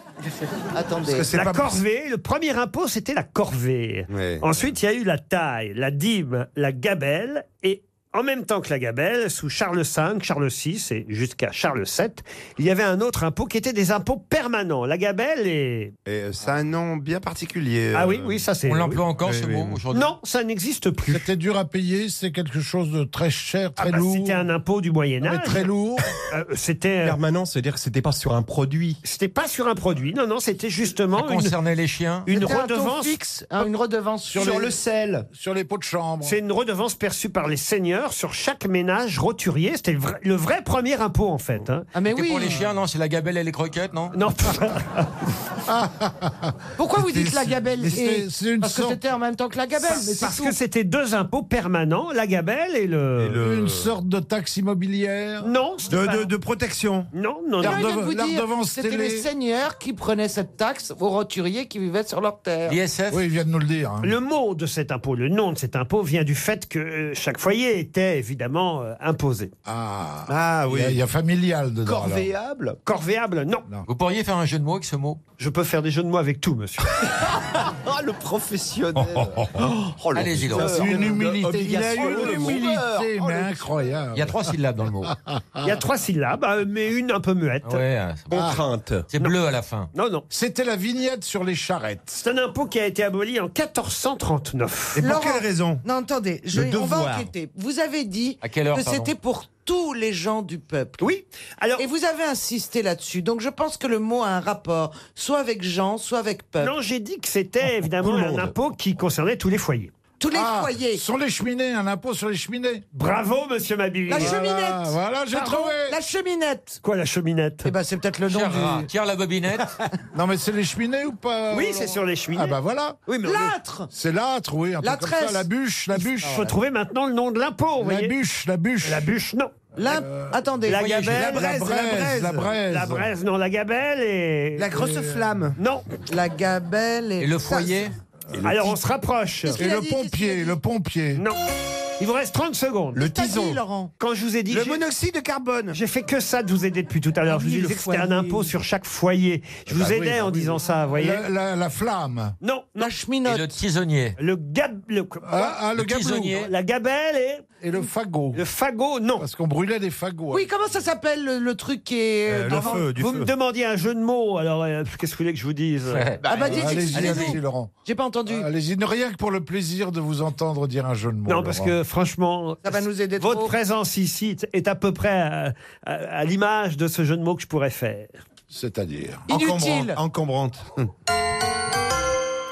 S24: Attendez.
S11: La corvée, le premier impôt, c'était la corvée. Ensuite, il y a eu la taille, la dîme, la gabelle et en même temps que la gabelle, sous Charles V, Charles VI et jusqu'à Charles VII, il y avait un autre impôt qui était des impôts permanents. La gabelle et...
S5: ça a un nom bien particulier.
S11: Ah oui, oui, ça c'est...
S5: On
S11: l'emploie
S5: encore, ce mot,
S11: aujourd'hui Non, ça n'existe plus.
S14: C'était dur à payer, c'est quelque chose de très cher,
S11: Ah
S14: très
S11: bah,
S14: lourd.
S11: C'était un impôt du Moyen
S14: Non, mais
S11: Âge.
S14: très lourd.
S11: Euh, c'était
S24: Permanent, c'est-à-dire que c'était pas sur un produit.
S11: C'était pas sur un produit. Non, non, c'était justement.
S24: Ça concernait les chiens.
S11: Une
S24: C'était un taux
S11: redevance
S25: hein,
S24: fixe,
S11: une redevance
S24: sur Sur les- le
S11: sel,
S14: sur les pots de chambre.
S11: C'est une redevance perçue par les seigneurs heures sur chaque ménage roturier. C'était le, vrai- le vrai premier impôt, en fait. hein.
S25: Ah,
S20: C'était pour les chiens, non C'est la gabelle et les croquettes, non
S14: [laughs]
S11: Non.
S25: Pourquoi vous dites
S11: C'est-
S25: la gabelle
S11: mais c'est-
S25: et-
S11: c'est une
S25: Parce que
S11: sorte-
S25: c'était en même temps que la gabelle. mais c'est
S11: Parce
S25: tout.
S11: que c'était deux impôts permanents, la gabelle et le...
S14: Une sorte de taxe immobilière
S11: Non.
S5: De, de- de protection
S11: Non, non,
S25: Là, il vient de vous dire,
S14: L'ardevance
S25: C'était
S14: télé.
S25: les seigneurs qui prenaient cette taxe aux roturiers qui vivaient sur leur terre.
S14: Oui, il vient de nous le dire. hein.
S11: Le mot de cet impôt, le nom de cet impôt vient du fait que euh, chaque foyer était évidemment euh, imposé.
S14: Ah,
S11: oui.
S14: Il y a- il y, a familial dedans. alors.
S11: Corvéable, non.
S20: Vous pourriez faire un jeu de mots avec ce mot
S11: Je peux faire des jeux de mots avec tout, monsieur.
S16: Ah, le professionnel Oh,
S20: Oh, le Allez-y, Laurent.
S14: C'est une humilité. Il a
S20: Obligation.
S14: une
S20: Oh,
S14: humilité,
S20: le-
S14: mais incroyable.
S20: Il y a trois syllabes dans le mot.
S11: [laughs] Il y a trois syllabes, euh, mais une un peu muette.
S20: Ouais, c'est bon.
S11: Contrainte.
S20: C'est bleu à la fin.
S11: Non, non. C'était la vignette sur les charrettes. C'est un impôt qui a été aboli en 1439.
S25: Laurent, Non, attendez, je-
S11: Le
S25: on va
S11: devoir.
S25: enquêter. Vous avez dit
S11: À quelle heure,
S25: que
S11: pardon
S25: c'était pour tous les gens du peuple.
S11: Oui. Alors,
S25: et vous avez insisté là-dessus. Donc je pense que le mot a un rapport, soit avec gens, soit avec peuple.
S11: Non, j'ai dit que c'était évidemment un impôt qui concernait tous les foyers.
S25: [laughs] Tous les
S14: Ah,
S25: foyers.
S14: Sur les cheminées, un impôt sur les cheminées.
S11: Bravo, monsieur Mabille.
S25: La cheminette.
S14: Voilà, j'ai
S25: Pardon,
S14: trouvé.
S25: La cheminette.
S11: Quoi, la cheminette
S25: Eh ben, c'est peut-être le nom
S11: Ah,
S25: du.
S20: Tiens, la bobinette.
S14: non, mais c'est les cheminées ou pas
S11: Oui,
S14: Laurent
S11: c'est sur les cheminées.
S14: Euh, Ah, bah voilà.
S11: Oui, mais on-
S25: L'âtre.
S14: C'est l'âtre, oui. Un
S11: La
S14: peu comme ça,
S11: tresse.
S14: la bûche, la bûche.
S11: Il faut trouver maintenant le nom de l'impôt. vous
S14: La
S11: voyez.
S14: bûche, la bûche.
S11: La bûche, non.
S14: Euh,
S25: Attendez.
S11: La gabelle,
S14: la braise, la braise, la braise.
S11: La braise, non, la gabelle et. euh,
S25: La grosse flamme.
S11: Non.
S25: La gabelle et.
S11: Alors on se rapproche.
S25: Qu'est-ce qu'il a dit Qu'est-ce
S14: pompier, le pompier.
S11: Non. Il vous reste 30 secondes.
S25: Le Qu'est-ce que t'as tison. dit, Laurent
S11: Quand je vous ai dit.
S16: Le
S11: j'ai-
S16: monoxyde de carbone.
S11: J'ai fait que ça de vous aider depuis tout à
S25: Ah
S11: l'heure. Je vous ai
S16: Oui,
S11: dit
S16: le
S11: que c'était un
S16: foyer.
S11: impôt sur chaque foyer.
S14: Eh
S11: Je vous
S14: ben oui,
S11: aidais
S14: ben
S11: en
S14: oui.
S11: disant ça, vous voyez.
S14: La, la- la flamme.
S11: Non.
S25: La cheminote.
S20: Le tisonnier.
S11: Le gab. Le,
S14: Ah, ah, le Le gablou. tisonnier.
S11: La gabelle et.
S14: Et le fagot.
S11: Le fagot, non.
S14: Parce qu'on brûlait des fagots.
S25: Oui, comment ça s'appelle le, le truc qui est.
S14: Euh, le
S25: devant-
S14: feu, du
S11: vous
S14: feu.
S11: me demandiez un jeu de mots, alors euh, qu'est-ce que vous voulez que je vous dise
S25: Ah bah, dis-
S14: allez-y,
S25: allez-y.
S14: allez-y, Laurent. Ah,
S25: J'ai pas entendu.
S14: Allez-y, ne rien que pour le plaisir de vous entendre dire un jeu de mots.
S11: Non, parce
S14: Laurent.
S11: que franchement,
S25: Ça va nous aider
S11: votre
S25: trop.
S11: présence ici t- est à peu près à, à- à l'image de ce jeu de mots que je pourrais faire.
S14: C'est-à-dire
S25: Inutile.
S5: Encombrante.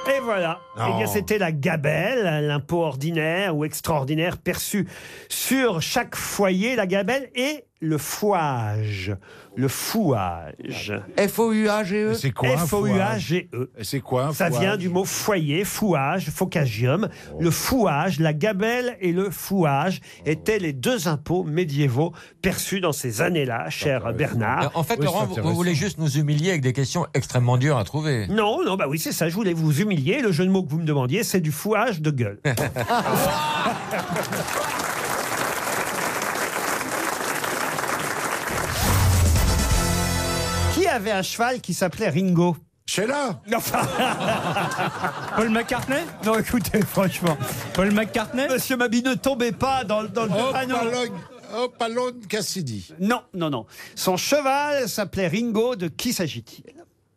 S11: Et voilà.
S5: Non.
S11: Eh bien, c'était la gabelle, l'impôt ordinaire ou extraordinaire perçu sur chaque foyer, la gabelle et le fouage. Le fouage.
S25: F-O-U-A-G-E.
S14: C'est quoi un
S11: E. F-O-U-A-G-E.
S14: Et C'est quoi un
S11: Ça
S14: fouage
S11: vient du mot foyer, fouage, focagium. Le fouage, la gabelle et le fouage étaient les deux impôts médiévaux perçus dans ces années-là, [laughs]
S22: Ah,
S11: cher Bernard.
S20: En fait, Laurent, vous, vous voulez juste nous humilier avec des questions extrêmement dures à trouver.
S11: Non, non, bah oui, c'est ça, je voulais vous humilier. Le jeu de mots que vous me demandiez, c'est du fouage de gueule. Qui avait un cheval qui s'appelait Ringo
S14: Sheila
S11: [laughs] Non, enfin- Paul McCartney Non, écoutez, franchement. Paul McCartney Monsieur Mabi, ne tombez pas dans, le- dans le panneau.
S14: Opalone, Opalone Cassidy.
S11: Non, non, non. Son cheval s'appelait Ringo. De qui s'agit-il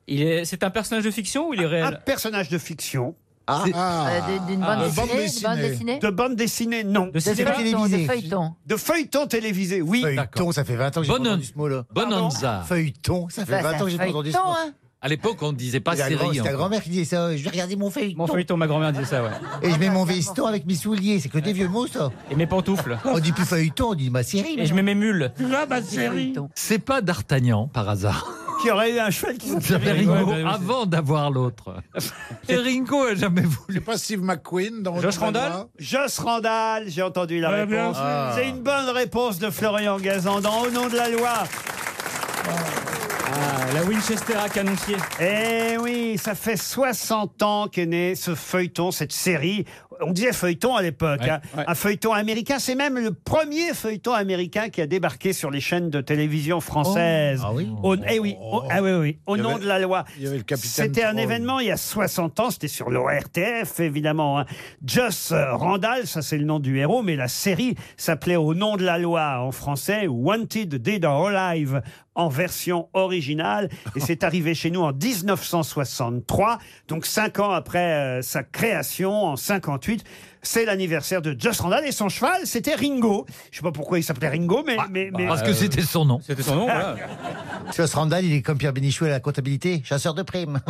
S26: Il est, c'est un personnage de fiction ou il est
S11: Un
S26: réel
S11: personnage de fiction.
S14: Ah, ah.
S27: Euh, d'une- d'une bande
S14: Ah,
S27: dessinée, une bande dessinée.
S11: De bande dessinée, non.
S27: De cinéma feuilletons, de télévisé. feuilletons.
S11: De feuilletons télévisés, oui.
S22: Feuilleton, ça fait 20 ans que j'ai pas entendu ce mot-là.
S11: Bonanza.
S22: Feuilleton, ça hein. fait 20 ans que bah, j'ai pas entendu ce mot.
S2: À l'époque, on ne disait pas
S22: C'est la grand-
S2: série.
S22: c'est ta
S2: encore.
S22: grand-mère qui disait ça. Je vais regarder mon feuilleton.
S2: Mon feuilleton, ma grand-mère disait ça, ouais.
S22: Et je mets mon veston avec mes souliers. C'est que des vieux mots, ça.
S2: Et mes pantoufles.
S22: On dit plus feuilleton, on dit ma série.
S2: Et je mets mes mules.
S7: Là, ma série.
S2: C'est pas d'Artagnan, par hasard.
S11: Qui aurait eu un cheval qui
S2: Ça fait
S11: s'appelait
S2: Ringo
S11: Ringo.
S2: avant d'avoir l'autre. Et Ringo a jamais voulu.
S14: C'est pas Steve McQueen dans
S2: Josh Randall
S11: Joss Randall, j'ai entendu la
S7: Ouais, bien
S11: réponse.
S7: sûr.
S11: Ah. C'est une bonne réponse de Florian Gazan dans Au nom de la loi.
S26: La Winchester à canoncier.
S11: Eh oui, ça fait 60 ans qu'est né ce feuilleton, cette série. On disait feuilleton à l'époque. hein. Un feuilleton américain, c'est même le premier feuilleton américain qui a débarqué sur les chaînes de télévision françaises.
S22: Oh. Ah oui
S11: Au- eh oui, au- ah oui, oui, oui. au
S14: Il y
S11: nom
S14: avait-
S11: de la loi.
S14: il y avait le capitaine
S11: C'était un
S14: Troll.
S11: événement il y a 60 ans, c'était sur l'ORTF évidemment. hein. Joss euh, Randall, ça c'est le nom du héros, mais la série s'appelait Au nom de la loi en français, Wanted Dead or Alive en version originale,
S14: [laughs]
S11: et c'est arrivé chez nous en 1963, donc cinq ans après euh, sa création en 58. C'est l'anniversaire de Joss Randall et son cheval, c'était Ringo. Je sais pas pourquoi il s'appelait Ringo, mais, mais, mais-
S2: Ah, bah,
S14: Euh,
S2: Parce que c'était son nom.
S26: C'était son nom, voilà.
S11: Ah.
S22: Joss Randall, il est comme Pierre Bénichou à la comptabilité, chasseur de primes.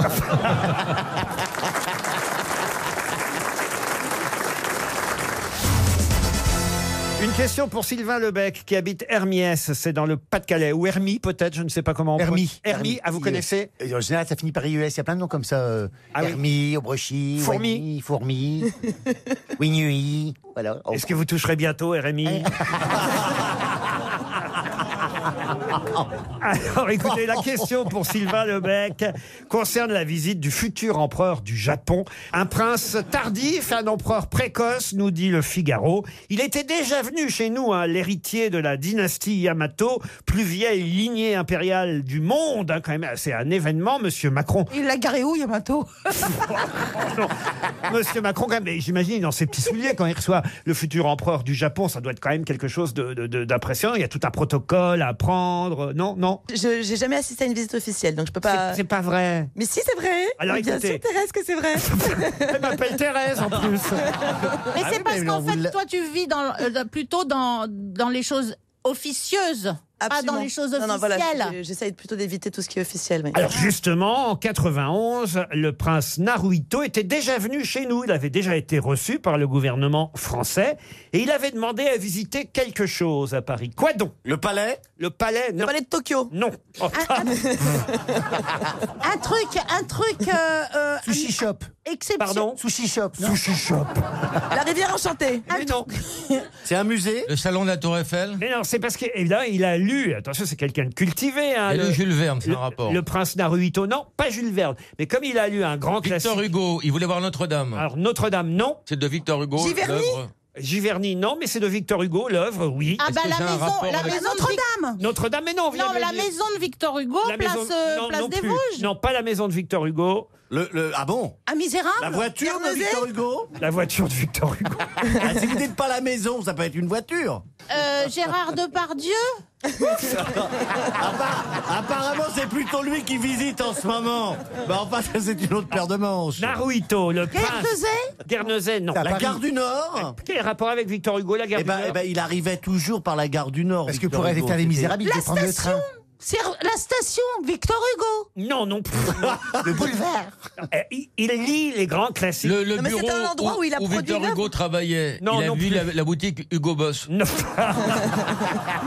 S11: Une question pour Sylvain Lebec qui habite Hermiès, c'est dans le Pas-de-Calais, ou Hermie peut-être, je ne sais pas comment on
S22: [laughs] Hermie.
S11: Hermie, ah, vous
S22: IES.
S11: connaissez
S22: Et En général, ça finit par IUS. Il y a plein de noms comme ça. euh,
S11: Ah oui.
S22: Hermie, Obrochie,
S11: Fourmi.
S22: Fourmi, [laughs] Fourmi, Winui. Voilà.
S11: Est-ce que vous toucherez bientôt, RMI [laughs] Alors écoutez, la question pour Sylvain Lebec concerne la visite du futur empereur du Japon. Un prince tardif, un empereur précoce, nous dit le Figaro. Il était déjà venu chez nous, hein, l'héritier de la dynastie Yamato, plus vieille lignée impériale du monde. hein, quand même, c'est un événement, monsieur Macron.
S9: Il l'a garé où, Yamato
S11: Monsieur Macron, quand même, mais j'imagine, dans ses petits souliers, quand il reçoit le futur empereur du Japon, ça doit être quand même quelque chose de- de- de- d'impressionnant. Il y a tout un protocole à prendre. Non, non.
S8: Je j'ai jamais assisté à une visite officielle, donc je peux pas.
S11: C'est pas vrai.
S8: Mais si, c'est vrai.
S11: Alors,
S8: Mais bien sûr,
S11: écoutez.
S8: Thérèse, que c'est vrai.
S25: hein.
S14: [laughs]
S11: Elle m'appelle Thérèse en plus.
S8: [laughs]
S27: Mais
S11: Ah
S27: c'est
S11: oui,
S27: parce
S11: mais
S27: qu'en
S11: on vous
S27: fait,
S11: l'a-
S27: toi, tu vis dans, euh, dans- plutôt dans, dans les choses officieuses, pas dans
S8: Absolument.
S27: les choses
S8: Non,
S27: officielles.
S8: non, voilà, je- j'essaye plutôt d'éviter tout ce qui est officiel. mais-
S11: Alors justement, en 91, le prince Naruhito était déjà venu chez nous. Il avait déjà été reçu par le gouvernement français et il avait demandé à visiter quelque chose à Paris. Quoi donc Le palais Le palais Le palais de Tokyo Non. Oh, [laughs]
S27: Un truc, un truc.
S22: [laughs]
S27: euh, euh,
S22: Sushi Shop.
S27: Exception.
S22: Pardon Sushi Shop. Sushi Shop.
S27: La rivière enchantée.
S15: [laughs]
S11: C'est un musée Le salon de la Tour Eiffel Mais non, c'est parce que et là, il a lu. Attention, c'est quelqu'un de cultivé. Hein,
S20: Il a lu Jules Verne, c'est un
S11: le-
S20: rapport.
S11: Le prince Naruhito, non, pas Jules Verne. Mais comme il a lu un grand classique.
S20: Victor Hugo, il voulait voir Notre-Dame.
S11: Alors Notre-Dame, non.
S20: C'est de Victor Hugo.
S11: Giverny
S20: l'œuvre.
S11: Giverny, non, mais c'est de Victor Hugo, l'œuvre, oui.
S27: Ah bah la maison, la maison de Vic-
S11: Notre-Dame, mais non, vous
S27: Non,
S11: l'avez
S27: la
S11: dit.
S27: maison de Victor Hugo,
S11: La
S27: place,
S11: maison-
S27: euh,
S11: non,
S27: place
S11: non
S27: des
S11: plus.
S27: Vosges.
S11: Non, pas la maison de Victor Hugo.
S15: Le, ah bon
S27: Un misérable.
S15: La voiture
S27: Pierre
S15: de Victor
S27: Nozay
S15: Hugo
S11: La voiture de Victor Hugo.
S15: Ah, si vous dites pas la maison, ça peut être
S27: [laughs]
S15: une voiture.
S27: Euh, Gérard Depardieu
S15: Appa- Apparemment, c'est plutôt lui qui visite en ce moment. Bah, enfin, ça, c'est une autre paire de manches.
S11: Naruhito, le
S27: Guernesey
S11: Guernesey, non.
S15: La
S11: Paris. Ah,
S15: gare du Nord
S11: Quel rapport avec Victor Hugo, la gare
S15: eh ben,
S11: du Nord
S15: eh ben, il arrivait toujours par la gare du Nord.
S22: Parce que
S15: Victor
S22: pour aller
S15: Hugo.
S22: faire Les Misérables, il
S27: La
S22: devait prendre le
S27: station
S22: train.
S27: C'est la station Victor Hugo
S11: Non, non plus.
S22: Le boulevard.
S11: Eh, il- Il lit les grands classiques.
S20: Le, le bureau où, où Victor Hugo travaillait.
S11: Non,
S20: il a
S11: non
S20: vu
S11: plus.
S20: la, la boutique Hugo Boss.
S11: Non. [laughs]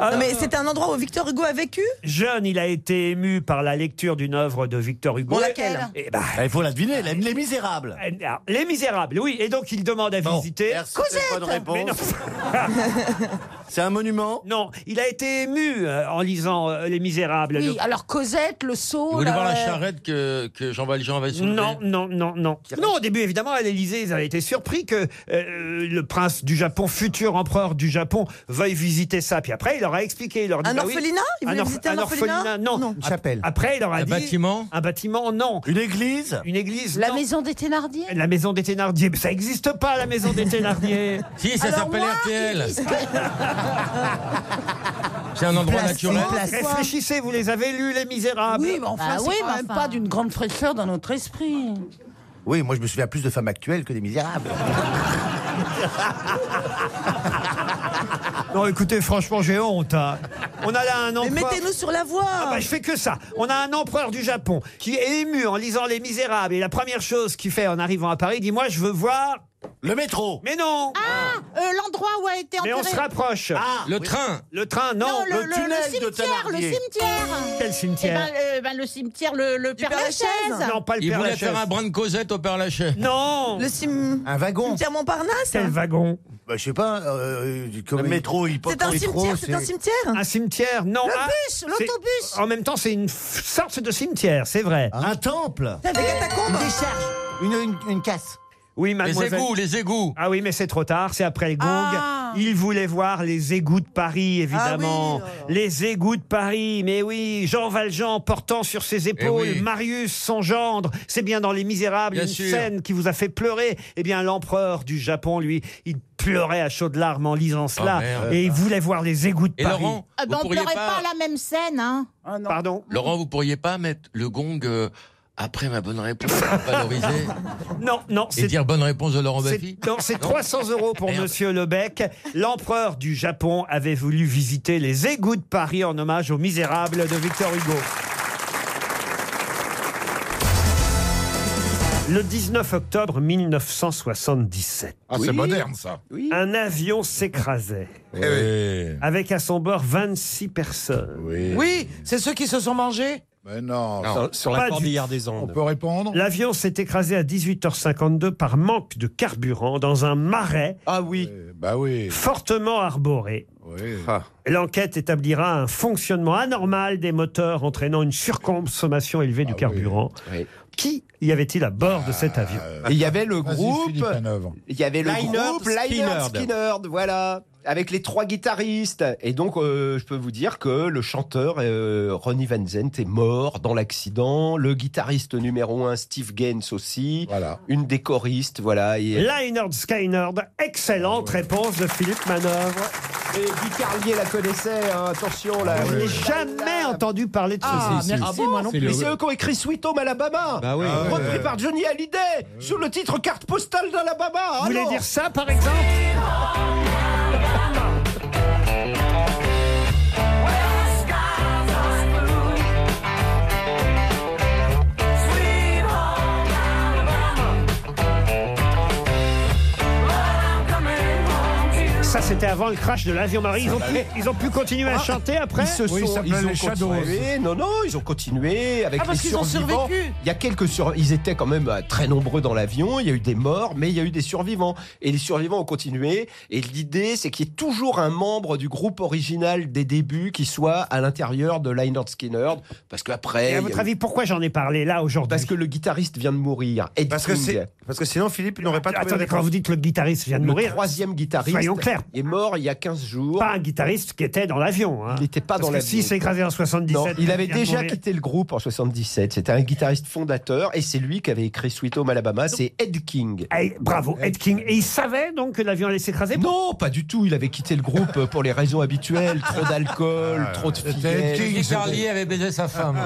S8: Ah. Non, mais c'était un endroit où Victor Hugo a vécu
S11: Jeune, il a été ému par la lecture d'une œuvre de Victor Hugo.
S8: Bon, laquelle
S11: Eh ben,
S15: Ah, Il faut la deviner, la- Les Misérables.
S11: eh, alors, Les Misérables, oui. Et donc, il demande à visiter.
S15: merci, c'est une bonne réponse.
S11: Mais non.
S15: C'est un monument
S11: Non, il a été ému euh, en lisant euh, Les Misérables.
S27: Oui,
S11: Le-
S27: alors Cosette, le seau.
S20: Vous voulez voir la
S27: euh,
S20: charrette que, que Jean Valjean avait soulevée
S11: Oh Non, non, non, non. Non, au début, évidemment, à l'Élysée, ils avaient été surpris que euh, le prince du Japon, futur empereur du Japon, veuille visiter ça. Puis après, il leur a expliqué. Il leur a dit,
S8: Un
S11: bah oui,
S8: orphelinat Il
S11: un,
S8: voulait
S11: orph-
S8: visiter un
S11: un orphelinat,
S8: orphelinat
S11: non.
S22: Une chapelle.
S11: Après, il leur a
S20: Un
S11: dit...
S20: bâtiment
S11: Un bâtiment, non.
S15: Une église
S11: Une église,
S27: La
S11: non.
S27: maison des Thénardier
S11: La maison des Thénardier. Mais ça n'existe pas, la maison des Thénardier.
S20: Si, ça
S27: Alors
S20: s'appelle
S27: moi,
S20: RTL.
S27: qu'est-ce que-
S11: [laughs]
S20: C'est un endroit naturel.
S11: Réfléchissez, vous les avez lus, Les Misérables.
S9: Oui, mais enfin,
S6: Bah
S27: Ah
S9: c'est
S27: oui,
S9: quand
S27: mais
S9: même
S27: enfin.
S9: pas d'une grande fraîcheur dans notre esprit.
S22: Oui, moi je me souviens plus de femmes actuelles que des misérables.
S11: Non, écoutez, franchement, j'ai honte. hein. On a là un empereur...
S8: Mais mettez-nous sur la voie
S11: Ah bah, je fais que ça. On a un empereur du Japon qui est ému en lisant Les Misérables. Et la première chose qu'il fait en arrivant à Paris, il dit Moi, je veux voir.
S15: Le métro
S11: Mais non
S27: Ah, euh, l'endroit où a été
S11: Mais
S27: enterré.
S11: on se rapproche.
S15: Ah,
S20: Le
S15: oui.
S20: train.
S11: Le train, non.
S27: Non, le, le- le
S15: tunnel de
S27: cimetière, le
S15: Thénardier.
S27: cimetière.
S11: Quel
S27: Eh
S11: cimetière
S27: ben, euh, ben, le cimetière, le, le Père Lachaise.
S11: Non, pas le
S20: Il
S11: Père
S20: voulait
S11: Lachaise.
S20: faire un brin de Cosette au Père Lachaise.
S11: Non
S8: Le cim-
S22: Un wagon.
S8: cimetière Montparnasse
S11: Quel wagon Ah
S22: Bah, je sais pas. euh, euh, comme
S15: Le métro, il
S8: C'est un cimetière, c'est un cimetière
S11: Un cimetière Non.
S8: Le
S11: ah,
S8: bus,
S11: c'est-
S8: l'autobus.
S11: En même temps, c'est une f- sorte de cimetière, c'est vrai.
S15: Un temple
S8: T'as des catacombes
S22: Une décharge. Une, une, une casse.
S11: Oui,
S20: Les
S11: mademoiselle.
S20: égouts, les égouts.
S11: Ah oui, mais c'est trop tard, c'est après le gong.
S9: Ah.
S11: Il voulait voir les égouts de Paris, évidemment.
S8: Ah oui, oh là
S11: les égouts de Paris, mais oui, Jean Valjean portant sur ses épaules
S20: Eh oui.
S11: Marius, son gendre. C'est bien dans Les Misérables,
S20: Bien
S11: une
S20: sûr.
S11: scène qui vous a fait pleurer. Eh bien, l'empereur du Japon, lui, il pleurait à chaudes larmes en lisant cela.
S20: Ah, merde.
S11: et il voulait voir les égouts de
S20: Et
S11: Paris.
S20: Laurent,
S27: Ah ben,
S20: vous
S27: on ne
S20: pourriez
S27: pleurait pas
S20: pas,
S27: à la même scène. Hein.
S9: Ah non.
S11: Pardon
S20: Laurent, vous pourriez pas mettre le gong euh, après ma bonne réponse, pour
S6: [laughs]
S20: valoriser
S11: Non, non,
S20: et
S11: c'est
S20: dire bonne réponse de Laurent
S11: C'est-
S20: Baffy.
S11: non, c'est 300 euros pour
S20: Merde.
S11: Monsieur Lebec. L'empereur du Japon avait voulu visiter les égouts de Paris en hommage aux misérables de Victor Hugo. Le 19 octobre 1977.
S14: Ah, c'est Oui. moderne, ça. Eh
S11: Un avion s'écrasait. Avec à son bord 26 personnes.
S25: Oui, c'est ceux qui se sont mangés
S14: Mais non.
S11: Sur- sur la Pas du- cordillère
S14: des Andes. On peut répondre
S11: L'avion s'est écrasé à 18h52 par manque de carburant dans un marais. Ah oui.
S14: Bah oui.
S11: Fortement arboré.
S16: Ah.
S11: L'enquête établira un fonctionnement anormal des moteurs entraînant une surconsommation élevée
S14: Ah
S11: du carburant. Qui y avait-il à bord de cet avion
S16: Et il y avait le Vas-y, groupe- Philippe Il y avait le
S11: Lynyrd
S16: groupe Liner
S11: Skynyrd.
S16: Skynyrd, voilà, avec les trois guitaristes.
S15: Et donc, euh, je peux vous dire que le chanteur euh, Ronnie Van Zent est mort dans l'accident. Le guitariste numéro un, Steve Gaines aussi. Une des choristes, voilà. Et...
S11: Lynyrd Skynyrd, excellente réponse de Philippe Manœuvre.
S15: Et Guy Carlier la connaissait, hein, attention là.
S11: Je n'ai jamais entendu parler de
S15: Ah,
S11: ceci.
S15: merci, moi non plus. C'est eux qui ont écrit Sweet Home Alabama,
S11: Bah oui. Ah ouais.
S15: repris par Johnny Hallyday, sous le titre Carte postale d'Alabama.
S11: Vous voulez dire ça, par exemple Ça, c'était avant le crash de l'avion Marie. Ils ont, pu, ils ont pu continuer à chanter après
S15: Ah, Ils se sont, ils ont continué. Non, non, ils ont continué avec
S25: Ah, parce
S15: les
S25: qu'ils ont
S15: survivants.
S25: survécu.
S15: Il y a quelques sur... ils étaient quand même euh, très nombreux dans l'avion. Il y a eu des morts, mais il y a eu des survivants. Et les survivants ont continué. Et l'idée, c'est qu'il y ait toujours un membre du groupe original des débuts qui soit à l'intérieur de Lynyrd Skynyrd, parce qu'après.
S11: Et
S15: il y
S11: à
S15: a
S11: votre
S15: eu-
S11: avis, pourquoi j'en ai parlé là aujourd'hui
S15: Parce que le guitariste vient de mourir. Ed
S5: Parce que,
S15: King.
S5: c'est- parce que sinon, Philippe n'aurait pas trouvé.
S15: Attendez,
S5: la
S11: Quand vous dites le guitariste vient de
S15: Le
S11: mourir,
S15: troisième guitariste
S11: Soyons clairs.
S15: est mort il y a 15 jours.
S11: Pas un guitariste qui était dans l'avion. hein.
S15: Il n'était pas
S11: Parce
S15: dans
S11: que
S15: l'avion.
S11: s'il s'est écrasé en 77,
S15: Non, il avait
S11: vient de
S15: déjà
S11: mourir.
S15: quitté le groupe en 77. C'était un guitariste fondateur et c'est lui qui avait écrit Sweet Home Alabama. C'est Ed King.
S11: Eh, bravo, Ed King. Et il savait donc que l'avion allait s'écraser
S15: Non, pas du tout. Il avait quitté le groupe euh, pour les raisons habituelles. Trop
S1: Ah
S15: d'alcool, trop de
S14: Ed King,
S20: Guy
S15: filles.
S20: Carlier avait baisé sa femme.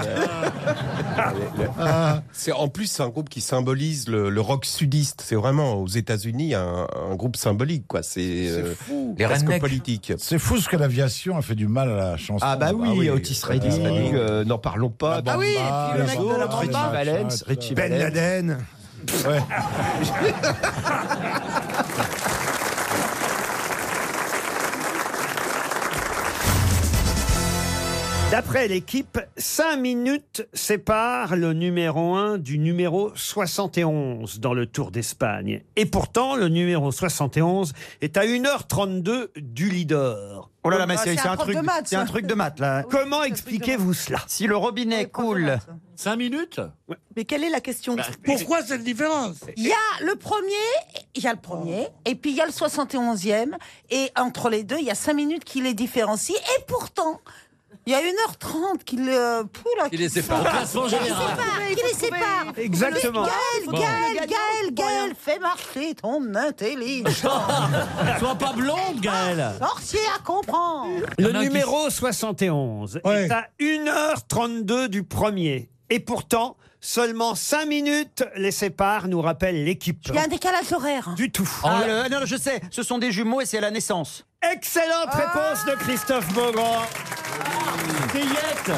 S2: Ah,
S24: Ah. C'est en plus c'est un groupe qui symbolise le, le rock sudiste. C'est vraiment aux États-Unis un, un groupe symbolique quoi. C'est euh,
S14: Les
S24: presque
S14: rednecks.
S24: politique.
S14: C'est fou ce que l'aviation a fait du mal à la chanson.
S15: Ah bah oui, Otis Redding,
S24: Ah
S15: euh, n'en parlons pas.
S24: bah
S14: Ah oui, et puis le mec de la bamba.
S15: Richie Valens, Richie
S5: Ben
S15: Valens.
S5: Laden.
S11: D'après l'équipe, 5 minutes séparent le numéro 1 du numéro 71 dans le Tour d'Espagne. Et pourtant, le numéro 71 est à 1h32 du leader.
S1: Oh là là, mais c'est-
S11: Ah,
S1: c'est un, truc-
S11: maths,
S1: c'est un
S11: ça.
S1: truc de maths, là.
S11: Comment expliquez-vous cela
S1: Si le robinet coule.
S15: 5 minutes
S8: Mais quelle est la question
S7: Pourquoi cette différence
S9: Il y a le premier, il y a le premier, et puis il y a le 71e, et entre les deux, il y a 5 minutes qui les différencient, et pourtant, il y a 1h30 qui le. euh, Pouh, là,
S20: Il les sépare. Au classement
S9: Qui les
S20: général.
S9: sépare, Qui
S8: Il
S9: les
S8: faut trouver, il faut
S9: sépare
S8: trouver.
S11: Exactement.
S9: Gaël,
S20: Bon.
S9: Gaël, Gaël, Gaël, fais marcher ton intelligence.
S15: [laughs] Sois pas blonde, Gaël.
S9: Sorcier à comprendre.
S11: Le numéro 71 est à 1h32 du premier. Et pourtant, seulement 5 minutes les séparent, nous rappelle l'équipe.
S9: Il y a un décalage horaire.
S11: Du tout.
S1: Ah, le- non, je sais, ce sont des jumeaux et c'est à la naissance.
S11: Excellente réponse de Christophe Beaugrand.
S15: C'est Yette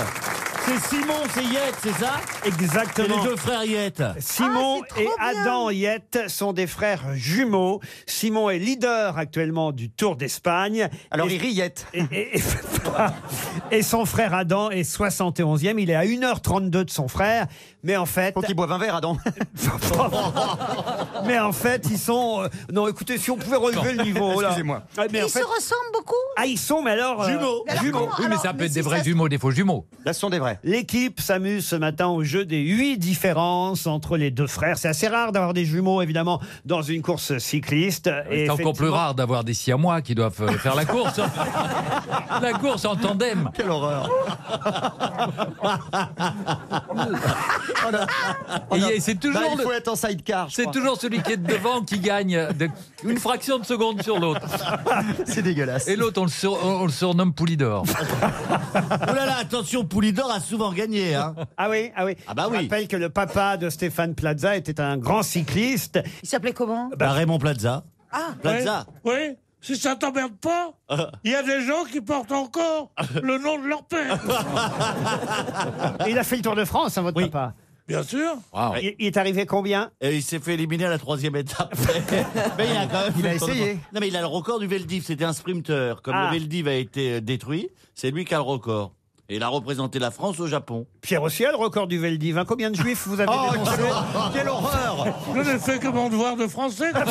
S15: C'est Simon, c'est Yette, c'est ça
S11: Exactement. Ah,
S15: C'est les deux frères Yette.
S11: Simon
S9: Ah,
S11: et Adam Yette sont des frères jumeaux. Simon est leader actuellement du Tour d'Espagne.
S1: Alors,
S11: Et-
S1: il rit, Yette.
S11: Et, et- [laughs] et son frère Adam est 71e. Il est à 1h32 de son frère. Mais en fait. Faut qu'il
S1: boive un verre, Adam.
S11: [laughs] mais en fait, ils sont. euh, Non, écoutez, si on pouvait relever
S1: Non,
S11: le niveau. oh là.
S1: excusez-moi.
S11: Ah, mais en
S9: Ils
S11: fait-
S9: se ressemblent beaucoup.
S11: Ah, ils sont, mais alors. euh,
S1: Jumeaux.
S9: Mais alors
S11: jumeaux.
S9: comment-
S11: Oui, mais
S9: alors,
S11: ça peut être
S9: si
S11: des vrais
S9: ça se-
S20: Jumeaux, des faux jumeaux.
S1: Là, ce sont des vrais.
S11: L'équipe s'amuse ce matin au jeu des huit différences entre les deux frères. C'est assez rare d'avoir des jumeaux, évidemment, dans une course cycliste. Et
S2: C'est encore plus
S11: effectivement-
S2: rare d'avoir des siamois qui doivent euh, faire la course.
S11: [laughs]
S1: [laughs]
S2: la course en tandem.
S1: Quelle
S2: [laughs]
S1: horreur.
S2: Et il y a- c'est
S1: Bah,
S2: toujours
S1: il
S2: le-
S1: faut être en sidecar. je
S2: C'est
S1: crois.
S2: toujours celui qui est devant qui gagne euh, de- une fraction de seconde sur l'autre.
S1: [laughs] C'est dégueulasse.
S2: Et l'autre, on, le sur- on le surnomme
S1: [laughs]
S2: Poulidor.
S15: Oh là là, attention, Poulidor a souvent gagné. Hein.
S11: Ah oui, ah oui.
S15: bah
S11: Je
S15: oui.
S11: rappelle que le papa de Stéphane Plaza était un grand cycliste.
S9: Il s'appelait comment
S15: Bah, Raymond Plaza.
S9: Ah,
S15: Plaza.
S7: Oui, oui. si ça t'emmerde pas,
S14: Ah.
S7: il y a des gens qui portent
S14: [laughs]
S7: encore le nom de leur père.
S11: Et il a fait le Tour de France, hein, votre papa.
S7: Bien sûr.
S11: Il, il est arrivé combien
S3: Il s'est fait éliminer à la troisième étape. [laughs] mais il a quand même
S11: Il
S3: fait
S11: a
S3: le tour de
S11: essayé.
S3: France. Non, mais il a le record du Veldiv. C'était un sprinter. Comme
S11: Ah.
S3: le Veldiv a été euh, détruit, c'est lui qui a le record. Et il a représenté la France au Japon.
S11: Pierre aussi a le record du Veldiv. hein. Combien de juifs
S3: [laughs]
S11: vous avez
S3: Oh,
S11: dénoncés
S3: quelle- quelle horreur
S7: Je ne fais que mon devoir de français.
S14: [laughs]